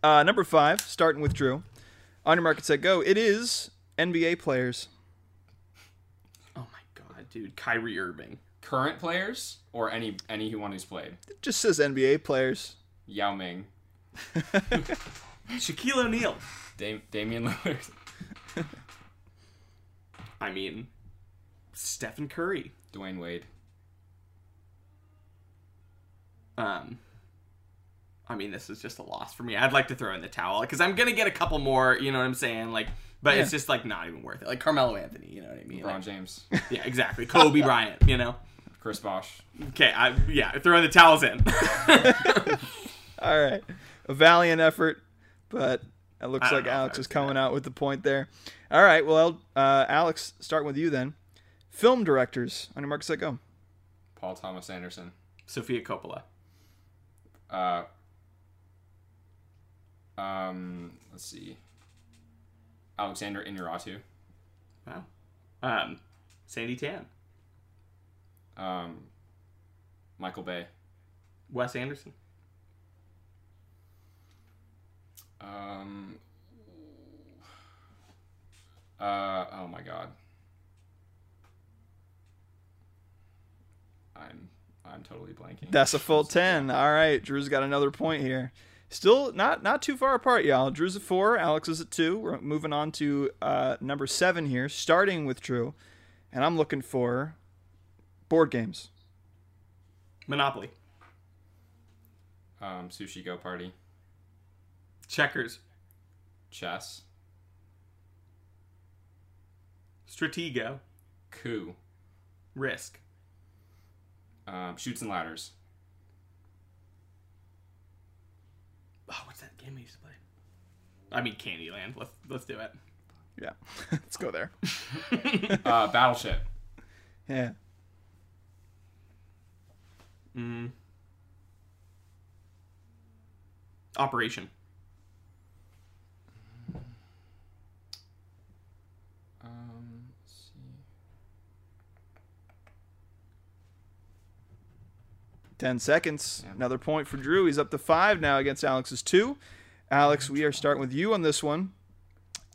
S1: Uh, number 5, starting with Drew. On your market set go. It is NBA players.
S2: Oh my god, dude. Kyrie Irving.
S3: Current players or any anyone who's played.
S1: It just says NBA players.
S3: Yao Ming,
S2: Shaquille O'Neal.
S3: Dam- Damian Lillard,
S2: I mean, Stephen Curry.
S3: Dwayne Wade.
S2: Um, I mean, this is just a loss for me. I'd like to throw in the towel because I'm gonna get a couple more. You know what I'm saying? Like, but it's
S1: Yeah.
S2: just like not even worth it. Like Carmelo Anthony. You know what I mean?
S3: LeBron
S2: Like,
S3: James.
S2: yeah, exactly. Kobe Bryant. You know.
S3: Chris Bosh.
S2: Okay, I yeah, throwing the towels in.
S1: All right. A valiant effort, but it looks
S2: I don't
S1: like
S2: know
S1: Alex
S2: if I would
S1: is
S2: say
S1: coming out with the point there. All right. Well, uh, Alex, starting with you then. Film directors on your mark, set, go.
S3: Paul Thomas Anderson.
S2: Sophia Coppola.
S3: Uh, um, let's see. Alexander Inarritu.
S2: Wow. Um, Sandy Tan.
S3: Um, Michael Bay.
S2: Wes Anderson.
S3: Um, uh, oh my god. I'm I'm totally blanking.
S1: That's a full ten. All right. Drew's got another point here. Still not not too far apart, y'all. Drew's at four. Alex is at two. We're moving on to uh, number seven here, starting with Drew, and I'm looking for board games.
S2: Monopoly.
S3: um, sushi go party,
S2: Checkers.
S3: chess,
S2: Stratego.
S3: coup,
S2: Risk.
S3: um, shoots and ladders,
S2: Oh, what's that game I used to play? I mean Candyland. Let's let's do it.
S1: Yeah. Let's go there.
S3: uh, battleship,
S1: Yeah.
S2: Mm. Operation.
S3: um, let's see.
S1: Ten seconds. Another point for Drew. He's up to five now against Alex's two. Alex, we are starting with you on this one.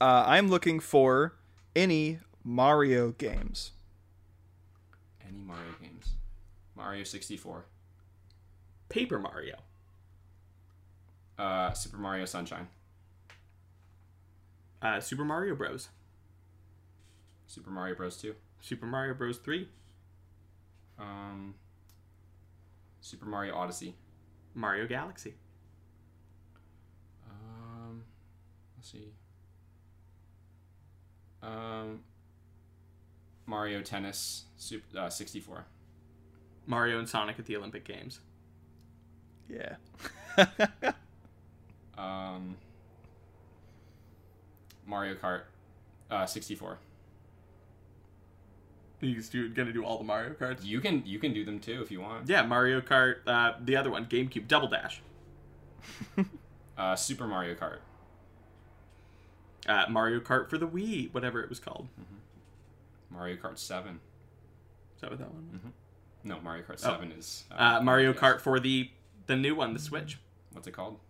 S1: Uh, I'm looking for any Mario games.
S3: any Mario games, Mario sixty four,
S2: Paper Mario.
S3: uh, Super Mario Sunshine,
S2: Uh, Super Mario Bros.
S3: Super Mario Bros two,
S2: Super Mario Bros. Three.
S3: um, Super Mario Odyssey.
S2: Mario Galaxy.
S3: Um, let's see. Um, Mario Tennis Sup- uh, 64.
S2: Mario and Sonic at the Olympic Games.
S1: Yeah.
S3: Um, Mario Kart uh, 64.
S2: He's do, gonna do all the Mario cards.
S3: You can you can do them too if you want.
S2: Yeah, Mario Kart. Uh, the other one, GameCube Double Dash.
S3: Uh, Super Mario Kart.
S2: Uh, Mario Kart for the Wii, whatever it was called.
S3: Mario Kart 7.
S2: Is that what that one? was?
S3: No, Mario Kart 7 is
S2: Uh, Mario
S3: Oh, yes.
S2: Kart for the the new one, the Switch
S3: What's it called?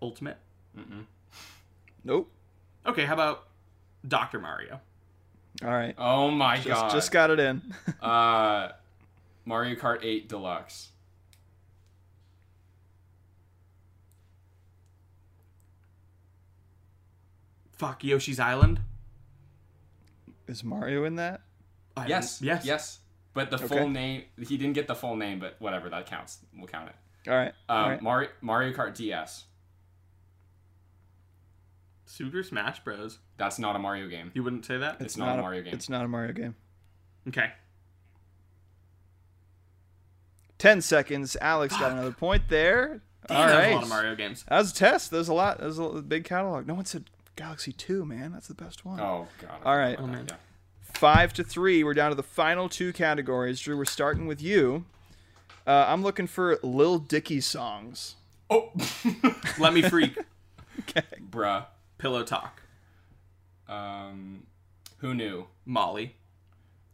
S2: Ultimate.
S3: Mm-mm.
S1: Nope.
S2: Okay, how about Doctor Mario?
S1: All right.
S3: Oh my god.
S1: Just, just got it in.
S3: uh, Mario Kart 8 Deluxe.
S2: Fuck Yoshi's Island.
S1: Is Mario in that?
S2: I
S3: Yes.
S2: don't- Yes.
S3: Yes. But the
S1: Okay.
S3: full name, he didn't get the full name, but whatever, that counts. We'll count it.
S1: All right.
S3: Um,
S1: All right.
S3: Mario, Mario Kart DS.
S2: Super Smash Bros.
S3: That's not a Mario game.
S2: You wouldn't say that.
S3: It's, not, a Mario game.
S1: It's not a Mario game.
S2: Okay.
S1: Ten seconds. Alex got another point there. All
S2: Damn, that was
S1: right.
S2: a lot of Mario games.
S1: That was a test. There's a lot. There's a big catalog. No one said Galaxy Two, man. That's the best one.
S3: Oh, God.
S1: All right.
S2: Oh man.
S3: Yeah.
S1: five to three. We're down to the final two categories. Drew, we're starting with you. Uh, I'm looking for Lil Dicky songs.
S3: Oh,
S2: Let me freak.
S3: bruh.
S2: Pillow talk.
S3: Um, who knew?
S2: Molly.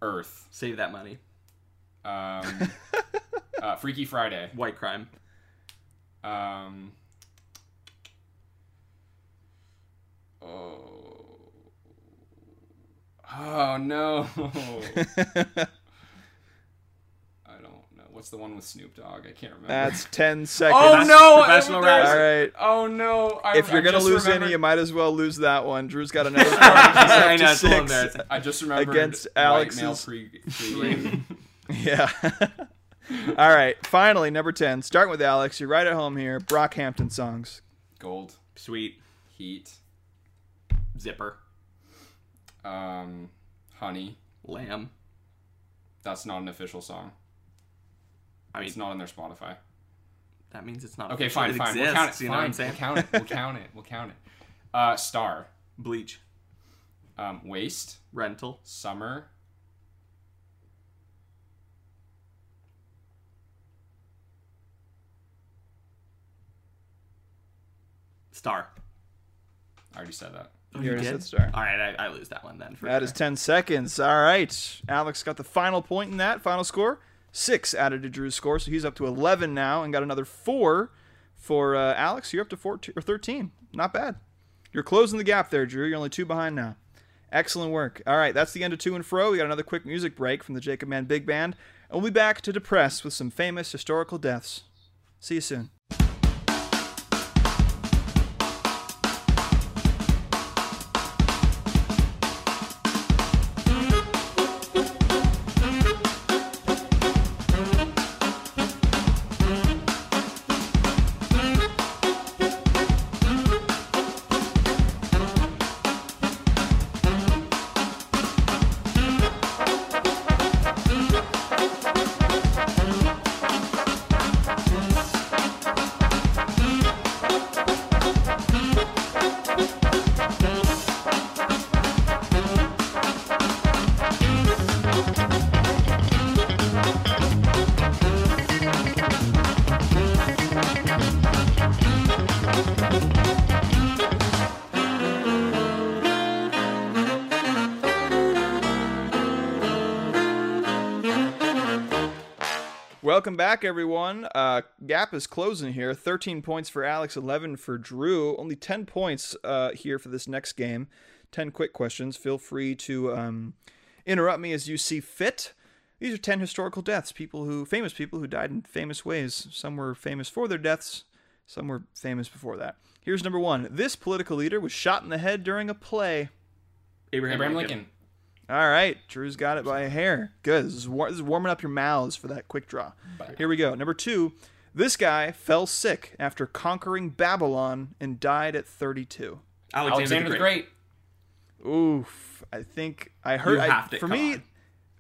S3: Earth.
S2: Save that money.
S3: Um, uh, Freaky Friday.
S2: White crime.
S3: Um, oh. Oh, no. I don't know. What's the one with Snoop Dogg? I can't remember.
S1: That's ten seconds.
S3: oh no!
S2: Professional
S3: it- there's-
S1: All right.
S3: Oh no! I,
S1: If you're
S3: I
S1: gonna
S3: just
S1: lose any,
S3: remembered-
S1: you might as well lose that one. Drew's got another card. He's up
S2: I
S1: to
S2: know, it's a little
S1: six.
S2: embarrassing.
S3: I just remembered
S1: against
S3: white male
S1: Alex's-
S3: pre pregame.
S1: Yeah. All right. Finally, number ten. Starting with Alex. You're right at home here. Brockhampton songs.
S3: gold
S2: Sweet
S3: heat,
S2: zipper
S3: um, honey.
S2: lamb.
S3: That's not an official song.
S2: I mean,
S3: It's not on their Spotify.
S2: that means it's not.
S3: Okay,
S2: official.
S3: fine,
S2: It
S3: fine.
S2: Exists,
S3: we'll count it.
S2: You know
S3: fine.
S2: what I'm saying?
S3: We'll count it. We'll count it. We'll count it. Uh, star,
S2: Bleach
S3: um, waste,
S2: rental.
S3: summer.
S2: Star.
S3: I already said that.
S2: Oh,
S1: You already said
S2: did?
S1: star.
S2: All right, I, I lose that one then. For
S1: That
S2: sure.
S1: is 10 seconds. All right. Alex got the final point in that. Final score six added to Drew's score. So he's up to 11 now and got another four for uh, Alex. You're up to 14 or 13. Not bad. You're closing the gap there, Drew. You're only two behind now. Excellent work. All right. That's the end of To and Fro. We got another quick music break from the Jacob Man Big Band. And we'll be back to Depress with some famous historical deaths. See you soon. Welcome back, everyone. Uh, gap is closing here. 13 points for Alex, 11 for Drew. Only 10 points uh, here for this next game. 10 quick questions. Feel free to um, interrupt me as you see fit. These are 10 historical deaths. People who, famous people who died in famous ways. Some were famous for their deaths, some were famous before that. Here's number one. This political leader was shot in the head during a play.
S2: Abraham,
S3: Abraham
S2: Lincoln.
S3: Lincoln.
S1: All right, Drew's got it by a hair. Good. This is, war- this is warming up your mouths for that quick draw. Here we go. Number two, this guy fell sick after conquering Babylon and died at 32.
S2: Alexander,
S3: Alexander
S2: the Great.
S1: Oof. I think I heard.
S2: You
S1: I-
S2: have to,
S1: for
S2: come
S1: me,
S2: on.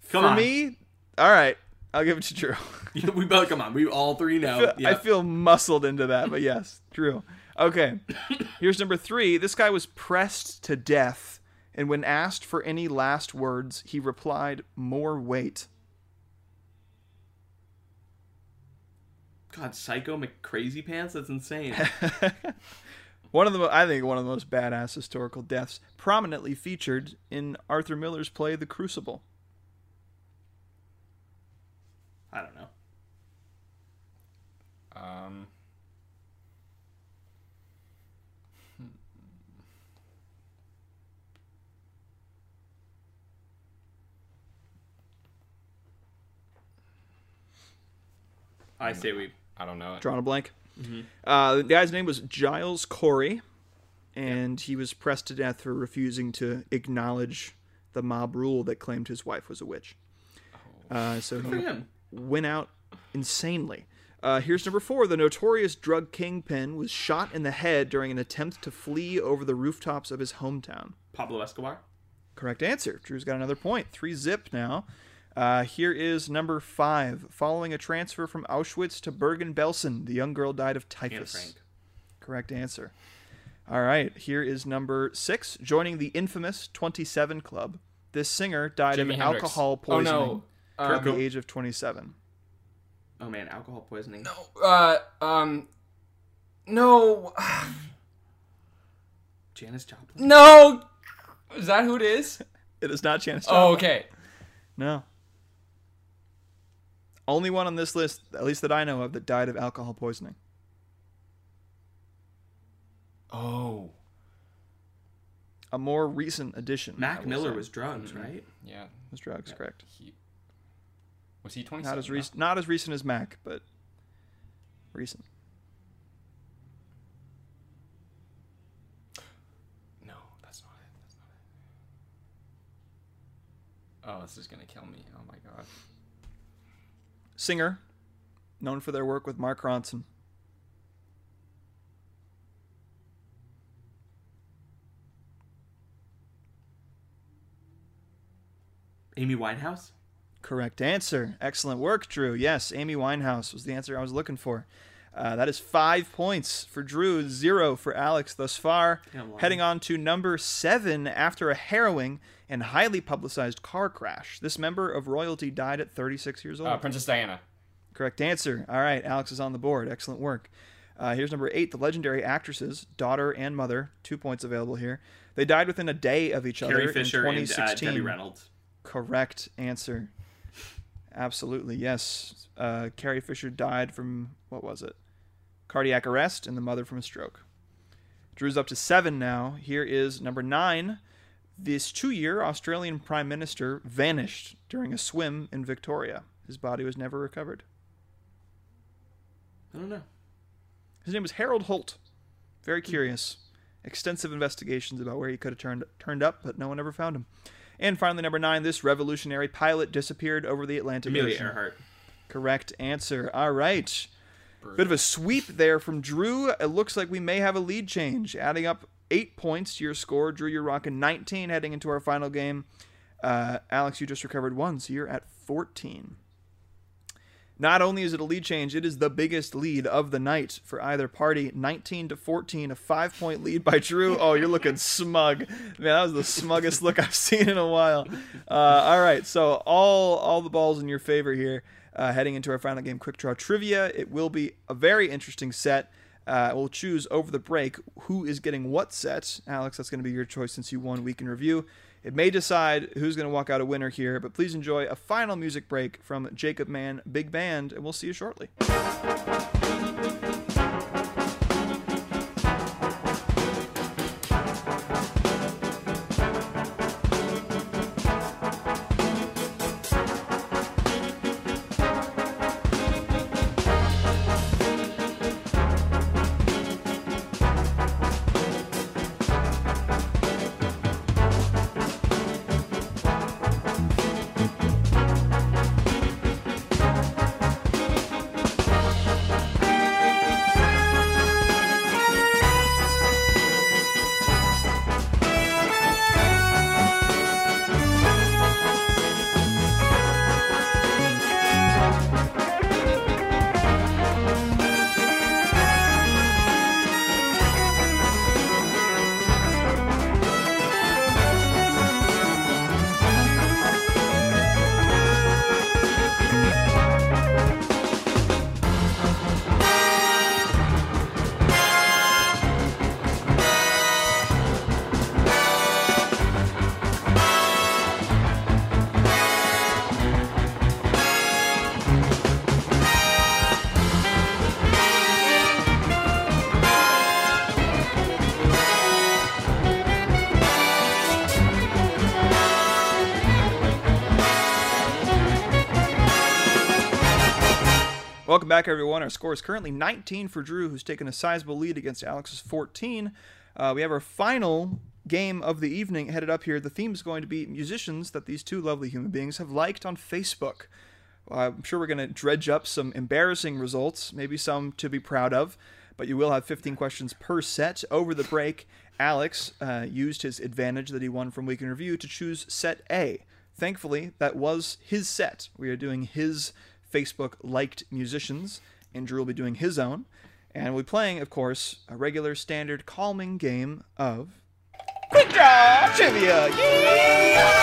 S1: for
S2: Come on.
S1: me. All right, I'll give it to Drew.
S2: we both come on. We all three know.
S1: I
S2: Oh, Yeah.
S1: feel muscled into that, but yes, Drew. Okay, here's number three. This guy was pressed to death, and when asked for any last words, he replied, "More weight."
S2: God, Psycho McCrazy Pants. That's insane.
S1: One of the, mo- I think, one of the most badass historical deaths, prominently featured in Arthur Miller's play *The Crucible*.
S2: I don't know.
S3: Um,
S2: I say we.
S3: I don't know. it.
S1: Drawn a blank. Uh, the guy's name was Giles Corey, and he was pressed to death for refusing to acknowledge the mob rule that claimed his wife was a witch. Uh, so
S2: For
S1: he
S2: him.
S1: went out insanely. Uh, here's number four. The notorious drug kingpin was shot in the head during an attempt to flee over the rooftops of his hometown.
S2: Pablo Escobar.
S1: Correct answer. Drew's got another point. Three zip now. Uh, here is number five. Following a transfer from Auschwitz to Bergen Belsen, the young girl died of
S2: Anne
S1: typhus.
S2: Frank.
S1: Correct answer. All right. Here is number six. Joining the infamous 27 Club. This singer died
S3: Jimi
S1: of
S3: Hendrix.
S1: alcohol
S3: Oh
S1: poisoning
S3: no.
S1: at
S3: Um,
S1: the age of 27.
S2: Oh man, alcohol poisoning.
S3: uh, um, no,
S2: Janice Joplin.
S3: no. Is that who it is?
S1: It is not Janis
S3: Oh,
S1: Joplin.
S3: okay.
S1: No. Only one on this list, at least that I know of, that died of alcohol poisoning.
S3: Oh,
S1: A more recent addition. I
S2: Mac
S1: will
S2: Miller
S1: say,
S2: was drugs, right?
S3: yeah.
S1: was drugs, correct?
S3: He, Was he 27?
S1: Not as
S3: No.
S1: recent, not as recent as Mac, but recent.
S3: No, that's not it. That's not it. Oh, this is gonna kill me. Oh my god.
S1: Singer, known for their work with Mark Ronson.
S2: Amy Winehouse.
S1: Correct answer. Excellent work, Drew. Yes, Amy Winehouse was the answer I was looking for. Uh, that is five points for Drew, zero for Alex thus far.
S2: Yeah, well.
S1: Heading on to number seven after a harrowing and highly publicized car crash. This member of royalty died at 36 years old.
S2: Ah,
S3: Uh, Princess Diana.
S1: Correct answer. All right, Alex is on the board. Excellent work. Uh, here's number eight the legendary actresses, daughter and mother. Two points available here. They died within a day of each
S2: Carrie
S1: other
S2: Fisher
S1: in
S2: and uh,
S1: 2016.
S2: Debbie Reynolds.
S1: Correct answer. Absolutely, yes. Uh, Carrie Fisher died from, what was it? Cardiac arrest, and the mother from a stroke. Drew's up to seven now. Here is number nine. This two year Australian Prime Minister vanished during a swim in Victoria. His body was never recovered.
S2: I don't know.
S1: His name was Harold Holt. Very curious. Extensive investigations about where he could have turned turned up, but no one ever found him. And finally, number nine, this revolutionary pilot disappeared over the Atlantic
S2: Amelia
S1: Ocean.
S2: Earhart.
S1: Correct answer. All right. Bit of a sweep there from Drew. It looks like we may have a lead change, adding up eight points to your score. Drew, you're rocking 19 heading into our final game. Uh, Alex, you just recovered one, so you're at 14. Not only is it a lead change, it is the biggest lead of the night for either party. 19 to 14, a five point lead by Drew. Oh, you're looking smug. Man, that was the smuggest look I've seen in a while. Uh, all right, so all all the balls in your favor here. Uh, heading into our final game, Quick Draw Trivia. It will be a very interesting set. Uh, we'll choose over the break who is getting what set. Alex, that's going to be your choice since you won Week in Review. It may decide who's going to walk out a winner here, but please enjoy a final music break from Jacob Mann Big Band, and we'll see you shortly. Welcome back, everyone. Our score is currently 19 for Drew, who's taken a sizable lead against Alex's 14. Uh, we have our final game of the evening headed up here. The theme is going to be musicians that these two lovely human beings have liked on Facebook. Uh, I'm sure we're going to dredge up some embarrassing results, maybe some to be proud of, but you will have 15 questions per set. Over the break, Alex uh, used his advantage that he won from Week in Review to choose set A. Thankfully, that was his set. We are doing his Facebook liked musicians, and Drew will be doing his own. And we'll be playing, of course, a regular standard calming game of Quick Draw Trivia!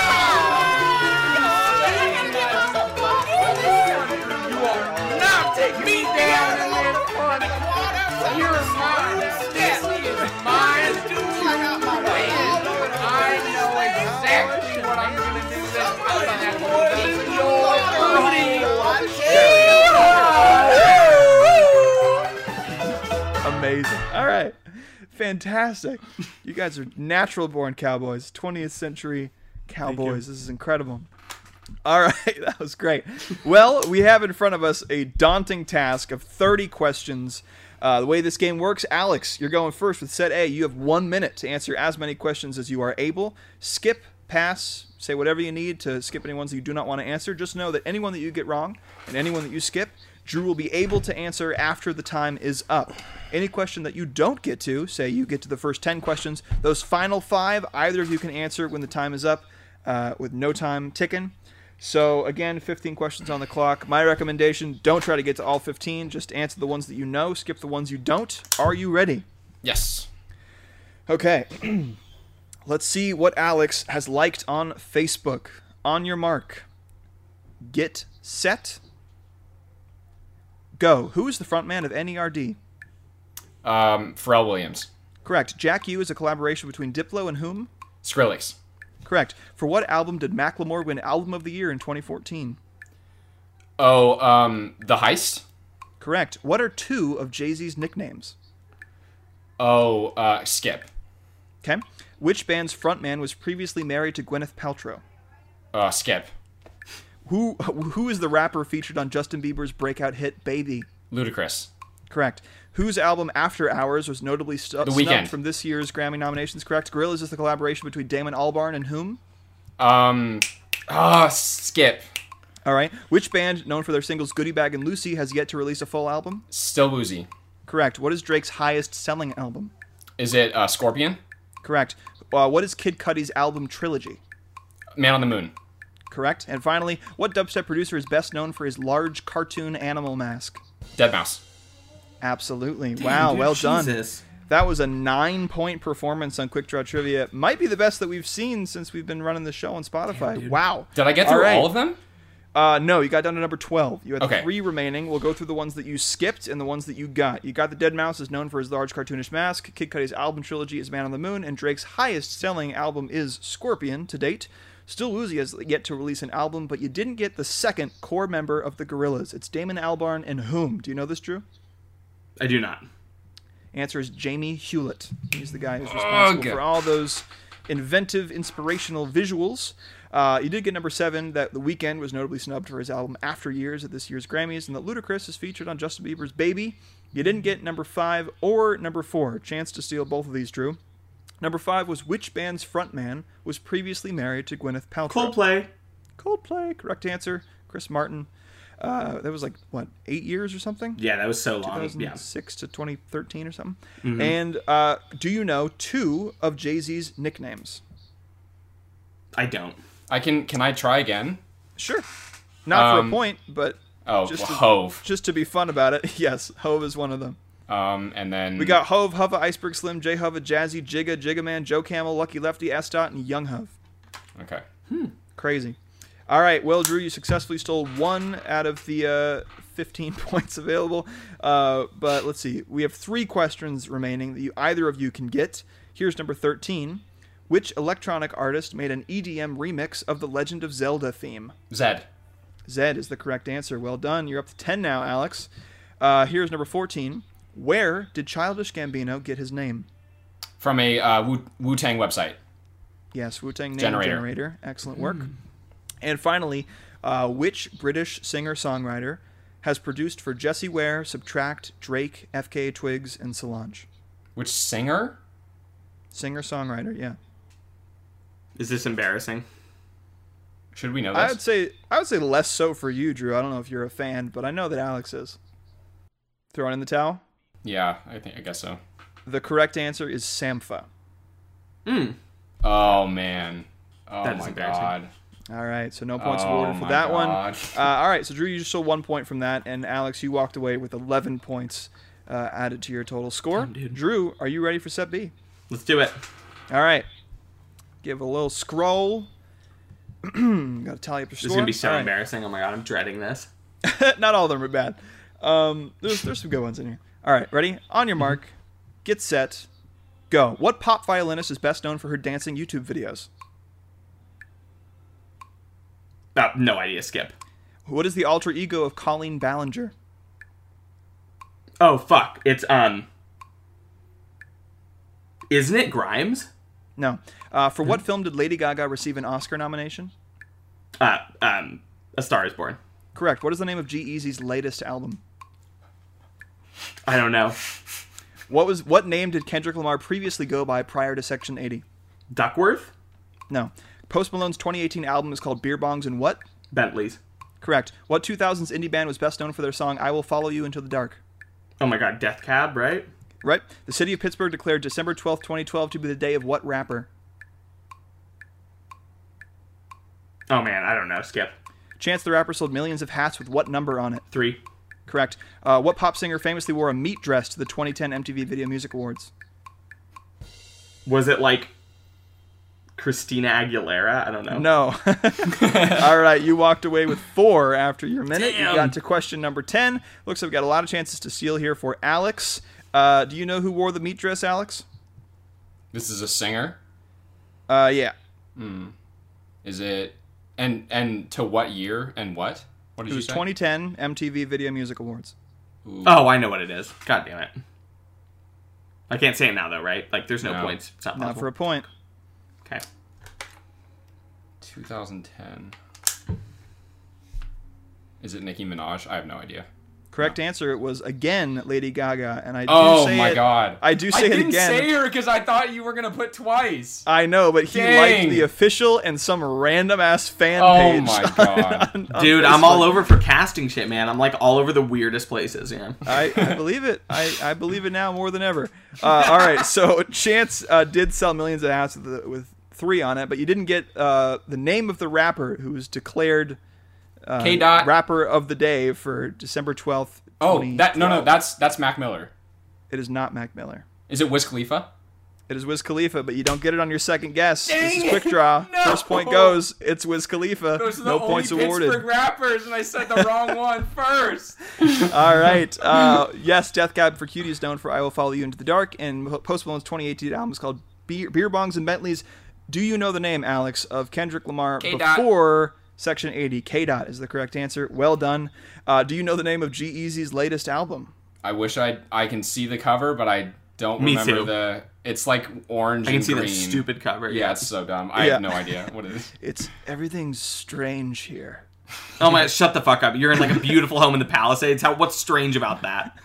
S2: Now take me down and live for the You're mine. This is mine. I know exactly what I'm gonna do this time. And that's
S1: Amazing. All right. Fantastic. You guys are natural born cowboys, 20th century cowboys. This is incredible. All right, that was great. Well, we have in front of us a daunting task of 30 questions. Uh, the way this game works, Alex, you're going first with set A. You have one minute to answer as many questions as you are able. Skip, pass, say whatever you need to skip any ones that you do not want to answer. Just know that anyone that you get wrong and anyone that you skip, Drew will be able to answer after the time is up. Any question that you don't get to, say you get to the first 10 questions, those final five, either of you can answer when the time is up uh, with no time ticking. So again, 15 questions on the clock. My recommendation: don't try to get to all 15. Just answer the ones that you know. Skip the ones you don't. Are you ready?
S3: Yes.
S1: Okay. Let's see what Alex has liked on Facebook. On your mark. Get set. Go. Who is the frontman of E NERD?
S3: Um, Pharrell Williams.
S1: Correct. Jack U is a collaboration between Diplo and whom?
S3: Skrillex.
S1: Correct. For what album did Macklemore win Album of the Year in 2014?
S3: Oh, um, The Heist?
S1: Correct. What are two of Jay Z's nicknames?
S3: Oh, uh, Skip.
S1: Okay. Which band's frontman was previously married to Gwyneth Paltrow?
S3: Uh, Skip.
S1: Who who is the rapper featured on Justin Bieber's breakout hit "Baby"?
S3: Ludacris.
S1: Correct. Whose album After Hours was notably stu-
S3: The
S1: snubbed
S3: Weeknd.
S1: from this year's Grammy nominations? Correct. Gorillaz is the collaboration between Damon Albarn and whom?
S3: Um, ah, Skip.
S1: All right. Which band, known for their singles "Goodie Bag" and "Lucy," has yet to release a full album?
S3: Still woozy.
S1: Correct. What is Drake's highest-selling album?
S3: Is it, uh, Scorpion?
S1: Correct. Uh, what is Kid Cudi's album trilogy?
S3: Man on the Moon.
S1: Correct. And finally, what dubstep producer is best known for his large cartoon animal mask?
S3: Dead Mouse.
S1: Absolutely. wow. well done. That was a nine point performance on Quick Draw Trivia. Might be the best that we've seen since we've been running the show on Spotify. wow.
S3: Did I get through all,
S1: right.
S3: of them?
S1: Uh, no, you got down to number 12. You had
S3: Okay.
S1: three remaining. We'll go through the ones that you skipped and the ones that you got. You got The Dead Mouse is known for his large cartoonish mask. Kid Cudi's album trilogy is Man on the Moon, and Drake's highest selling album is Scorpion to date. Still Woozy has yet to release an album, but you didn't get the second core member of the Gorillas. It's Damon Albarn and whom? Do you know this, Drew?
S2: I do not.
S1: Answer is Jamie Hewlett. He's the guy who's
S3: Oh,
S1: responsible
S3: God.
S1: for all those inventive, inspirational visuals. Uh, you did get number seven that The Weeknd was notably snubbed for his album After Years at this year's Grammys, and that Ludacris is featured on Justin Bieber's Baby. You didn't get number five or number four. Chance to steal both of these, Drew. Number five was which band's frontman was previously married to Gwyneth Paltrow?
S2: Coldplay.
S1: Coldplay. Correct answer. Chris Martin. Uh, that was like what eight years or something.
S2: Yeah, that was so long. Yeah.
S1: 2006 to 2013 or something.
S3: Mm-hmm.
S1: And uh, do you know two of Jay Z's nicknames?
S2: I don't.
S3: I can, can I try again?
S1: Sure. Not for a
S3: Um,
S1: point, but
S3: Oh,
S1: Just
S3: well,
S1: a-
S3: Hove.
S1: just to be fun about it, yes, Hove is one of them.
S3: Um, and then.
S1: We got Hove, Hova, Iceberg Slim, J Hova, Jazzy, Jigga, Jigga Man, Joe Camel, Lucky Lefty, S Dot, and Young Hove.
S3: Okay.
S1: Crazy. All right, well, Drew, you successfully stole one out of the uh, 15 points available. Uh, but let's see. We have three questions remaining that you, either of you can get. Here's number 13 Which electronic artist made an EDM remix of the Legend of Zelda theme?
S3: Zed.
S1: Zed is the correct answer. Well done. You're up to 10 now, Alex. Uh, here's number 14 Where did Childish Gambino get his name?
S3: From a uh, Wu Tang website.
S1: Yes, Wu Tang name generator.
S3: Generator.
S1: Excellent work. And finally, uh, which British singer songwriter has produced for Jesse Ware, Subtract, Drake, FKA Twigs, and Solange?
S3: Which singer?
S1: Singer songwriter, yeah.
S2: Is this embarrassing?
S3: Should we know
S1: I
S3: this?
S1: would say I would say less so for you, Drew. I don't know if you're a fan, but I know that Alex is. Throwing in the towel.
S3: Yeah, I think I guess so.
S1: The correct answer is Sampha.
S2: Mm.
S3: Oh man. Oh
S2: That is
S3: my
S2: embarrassing.
S3: god.
S1: All right, so no points
S3: Oh
S1: awarded for
S3: my
S1: that one.
S3: God.
S1: Uh, all right, so Drew, you just stole one point from that, and Alex, you walked away with 11 points uh, added to your total score.
S2: dude.
S1: Drew, are you ready for set B?
S2: Let's do it.
S1: All right, give a little scroll. Got to tally up your score.
S2: This is gonna be so
S1: All right.
S2: embarrassing. Oh my god, I'm dreading this.
S1: Not all of them are bad. Um, there's there's some good ones in here. All right, ready? On your mark, get set, go. What pop violinist is best known for her dancing YouTube videos?
S2: Oh, no idea. Skip.
S1: What is the alter ego of Colleen Ballinger?
S2: Oh fuck. It's um. Isn't it Grimes?
S1: No. Uh, for what film did Lady Gaga receive an Oscar nomination?
S2: Uh, um, A Star Is Born.
S1: Correct. What is the name of G Eazy's latest album?
S2: I don't know.
S1: What was what name did Kendrick Lamar previously go by prior to Section 80?
S2: Duckworth?
S1: No. Post Malone's 2018 album is called Beer Bongs and What?
S2: Bentley's.
S1: Correct. What 2000s indie band was best known for their song I Will Follow You Into the Dark?
S2: Oh my god, Death Cab, right?
S1: Right? The city of Pittsburgh declared December 12th, 2012 to be the day of what rapper?
S2: Oh man, I don't know. Skip.
S1: Chance the Rapper sold millions of hats with what number on it?
S2: Three.
S1: Correct. Uh, what pop singer famously wore a meat dress to the 2010 MTV Video Music Awards?
S2: Was it like Christina Aguilera? I don't know.
S1: No. All right, you walked away with four after your minute. You
S2: Damn.
S1: got to question number 10. Looks like we got a lot of chances to steal here for Alex. Uh, do you know who wore the meat dress, Alex?
S3: This is a singer.
S1: Uh, yeah.
S3: Is it? And and to what year and what? What did
S1: It
S3: you
S1: was
S3: say?
S1: 2010 MTV Video Music Awards.
S2: Oh, I know what it is. God damn it. I can't say it now though, right? Like, there's no,
S3: No.
S2: points. It's not,
S1: Not
S2: possible.
S1: for a point.
S2: Okay.
S3: 2010. Is it Nicki Minaj? I have no idea.
S1: Correct answer. It was again Lady Gaga, and I do
S3: Oh
S1: say
S3: my
S1: it-
S3: god!
S1: I do say
S3: I
S1: it
S3: didn't
S1: again. Uh,
S3: say her because I thought you were gonna put twice.
S1: I know, but he
S3: Dang.
S1: liked the official and some random ass fan
S3: Oh
S1: page.
S3: my God.
S1: on- on
S2: Dude, I'm all
S1: Facebook.
S2: over for casting shit, man. I'm like all over the weirdest places, yeah.
S1: I, I believe it. I, I believe it now more than ever. Uh, all right, so Chance uh, did sell millions of hats with, the, with three on it, but you didn't get uh, the name of the rapper who was declared uh,
S3: K dot.
S1: rapper of the day for December twelfth.
S3: oh, that no no that's that's Mac Miller.
S1: it is not Mac Miller.
S3: Is it Wiz Khalifa?
S1: It is Wiz Khalifa, but you don't get it on your second guess. this is
S3: Dang
S1: quick
S3: it.
S1: draw.
S3: No.
S1: First point goes. It's Wiz Khalifa.
S3: Those are the
S1: no
S3: only
S1: points
S3: Pittsburgh
S1: awarded.
S3: rappers, and I said the wrong one first.
S1: All right. Uh, yes, Death Cab for Cutie is known for "I Will Follow You Into the Dark," and Post Malone's 2018 album is called "Beer, Beer Bongs and Bentleys." Do you know the name, Alex, of Kendrick Lamar
S3: K-Dot.
S1: before Section 80? K dot is the correct answer. Well done. Uh, do you know the name of G Eazy's latest album?
S3: I wish I I can see the cover, but I don't
S2: Me
S3: remember
S2: too.
S3: the. It's like orange
S2: I can
S3: and
S2: see
S3: green.
S2: that stupid cover.
S3: Yeah, it's so dumb. I
S1: Yeah.
S3: have no idea what it is.
S1: It's everything's strange here.
S2: Oh my, shut the fuck up. You're in like a beautiful home in the Palisades. How? What's strange about that?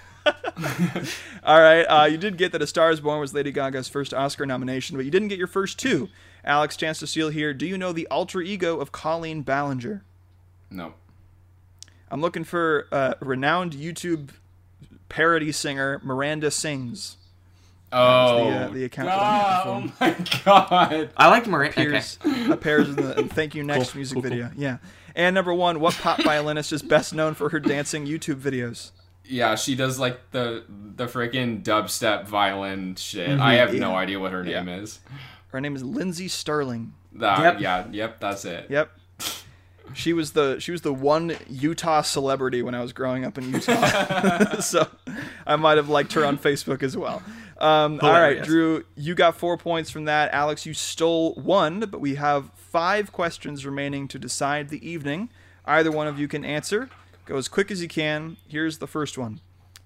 S1: All right, uh, you did get that A Star Is Born was Lady Gaga's first Oscar nomination, but you didn't get your first two. Alex, chance to steal here. Do you know the alter ego of Colleen Ballinger?
S3: No.
S1: I'm looking for a renowned YouTube parody singer, Miranda Sings.
S3: Oh,
S1: the, uh, the account that
S3: God,
S1: I'm
S3: oh my god!
S2: I liked Miranda. Okay.
S1: Appears, appears in the Thank You Next
S2: Cool,
S1: music
S2: cool, cool.
S1: video. Yeah. And number one, what pop violinist is best known for her dancing YouTube videos?
S3: Yeah, she does like the the freaking dubstep violin shit.
S1: Mm-hmm.
S3: I have no idea what her name is.
S1: Her name is Lindsay Sterling.
S2: Yep.
S3: That, Yeah, yep, that's it.
S1: Yep. She was the she was the one Utah celebrity when I was growing up in Utah, so I might have liked her on Facebook as well. Um, all right,
S2: Hilarious.
S1: Drew, you got four points from that. Alex, you stole one, but we have five questions remaining to decide the evening. Either one of you can answer. Go as quick as you can. Here's the first one.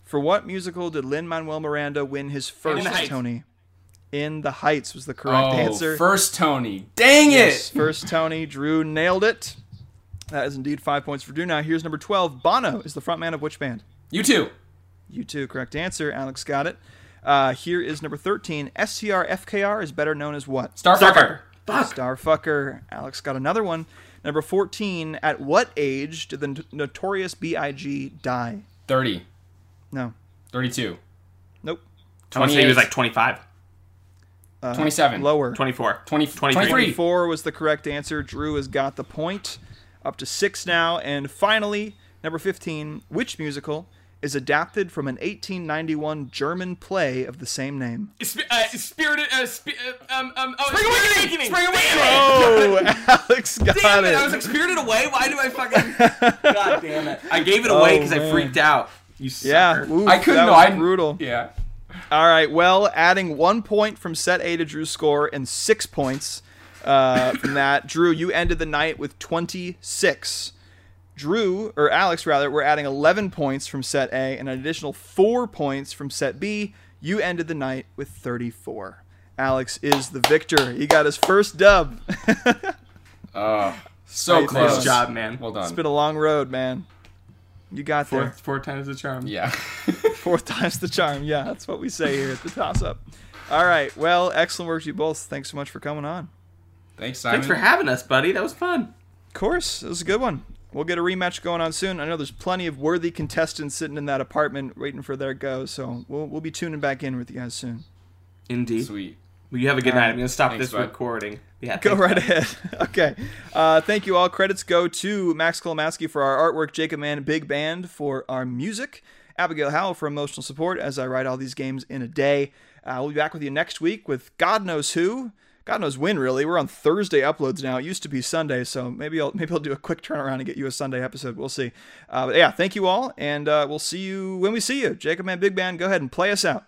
S1: For what musical did Lin Manuel Miranda win his first
S2: Heights.
S1: Tony? In the Heights was the correct
S3: Oh,
S1: answer.
S3: first Tony. Dang
S1: Yes,
S3: it!
S1: first Tony Drew nailed it. That is indeed five points for Drew. Now here's number twelve. Bono is the frontman of which band?
S3: You too.
S1: You two, correct answer. Alex got it. Uh, here is number thirteen. SCR FKR is better known as what?
S3: Starfucker.
S2: Fuck.
S1: Starfucker. Alex got another one. Number fourteen. At what age did the n- notorious B.I.G. die?
S3: 30.
S1: No.
S3: 32.
S1: Nope.
S2: I want to say he was like 25,
S3: 27.
S1: Uh, Lower.
S2: 24,
S3: 20 23.
S1: Twenty-four was the correct answer. Drew has got the point. Up to six now. And finally, number 15, which musical is adapted from an 1891 German play of the same name?
S2: Sp- uh, spirited. Uh, sp- uh, um, um, oh,
S3: Spring Awakening! Spring Awakening!
S1: Oh, Alex got
S2: Damn
S1: it.
S2: it! I was like spirited away. Why do I fucking? God damn it! I gave it away
S1: Oh,
S2: because I
S1: man.
S2: freaked out. You
S1: yeah,
S2: sucker.
S1: ooh,
S3: I couldn't
S1: that
S3: know.
S1: was
S3: I-
S1: brutal.
S3: Yeah.
S1: All right, well, adding one point from set A to Drew's score and six points uh, from that. Drew, you ended the night with 26. Drew, or Alex rather, we're adding 11 points from set A and an additional four points from set B. You ended the night with 34. Alex is the victor. He got his first dub.
S3: Uh, So
S1: Nice
S3: close.
S2: Oh. job, man.
S3: Well
S1: It's
S3: done.
S1: been a long road, man. You got
S2: Four,
S1: there.
S2: four times the charm.
S3: yeah.
S1: Fourth time's the charm. Yeah, that's what we say here at the toss up. All right. Well, excellent work to you both. Thanks so much for coming on.
S3: Thanks, Simon.
S2: Thanks for having us, buddy. That was fun.
S1: Of course, it was a good one. We'll get a rematch going on soon. I know there's plenty of worthy contestants sitting in that apartment waiting for their go, so we'll, we'll be tuning back in with you guys soon.
S2: Indeed.
S3: Sweet.
S2: Well, you have a good night. I'm gonna stop
S3: Thanks,
S2: this
S3: bud.
S2: recording. Yeah.
S1: Go
S2: thanks,
S1: right
S2: bud.
S1: ahead. okay. Uh, thank you all. Credits go to Max Kolomaski for our artwork, Jacob Mann Big Band for our music, Abigail Howell for emotional support as I write all these games in a day. Uh, we'll be back with you next week with God knows who. God knows when, really. We're on Thursday uploads now. It used to be Sunday, so maybe I'll maybe I'll do a quick turnaround and get you a Sunday episode. We'll see. Uh, but yeah, thank you all, and uh, we'll see you when we see you. Jacob Man Big Band, go ahead and play us out.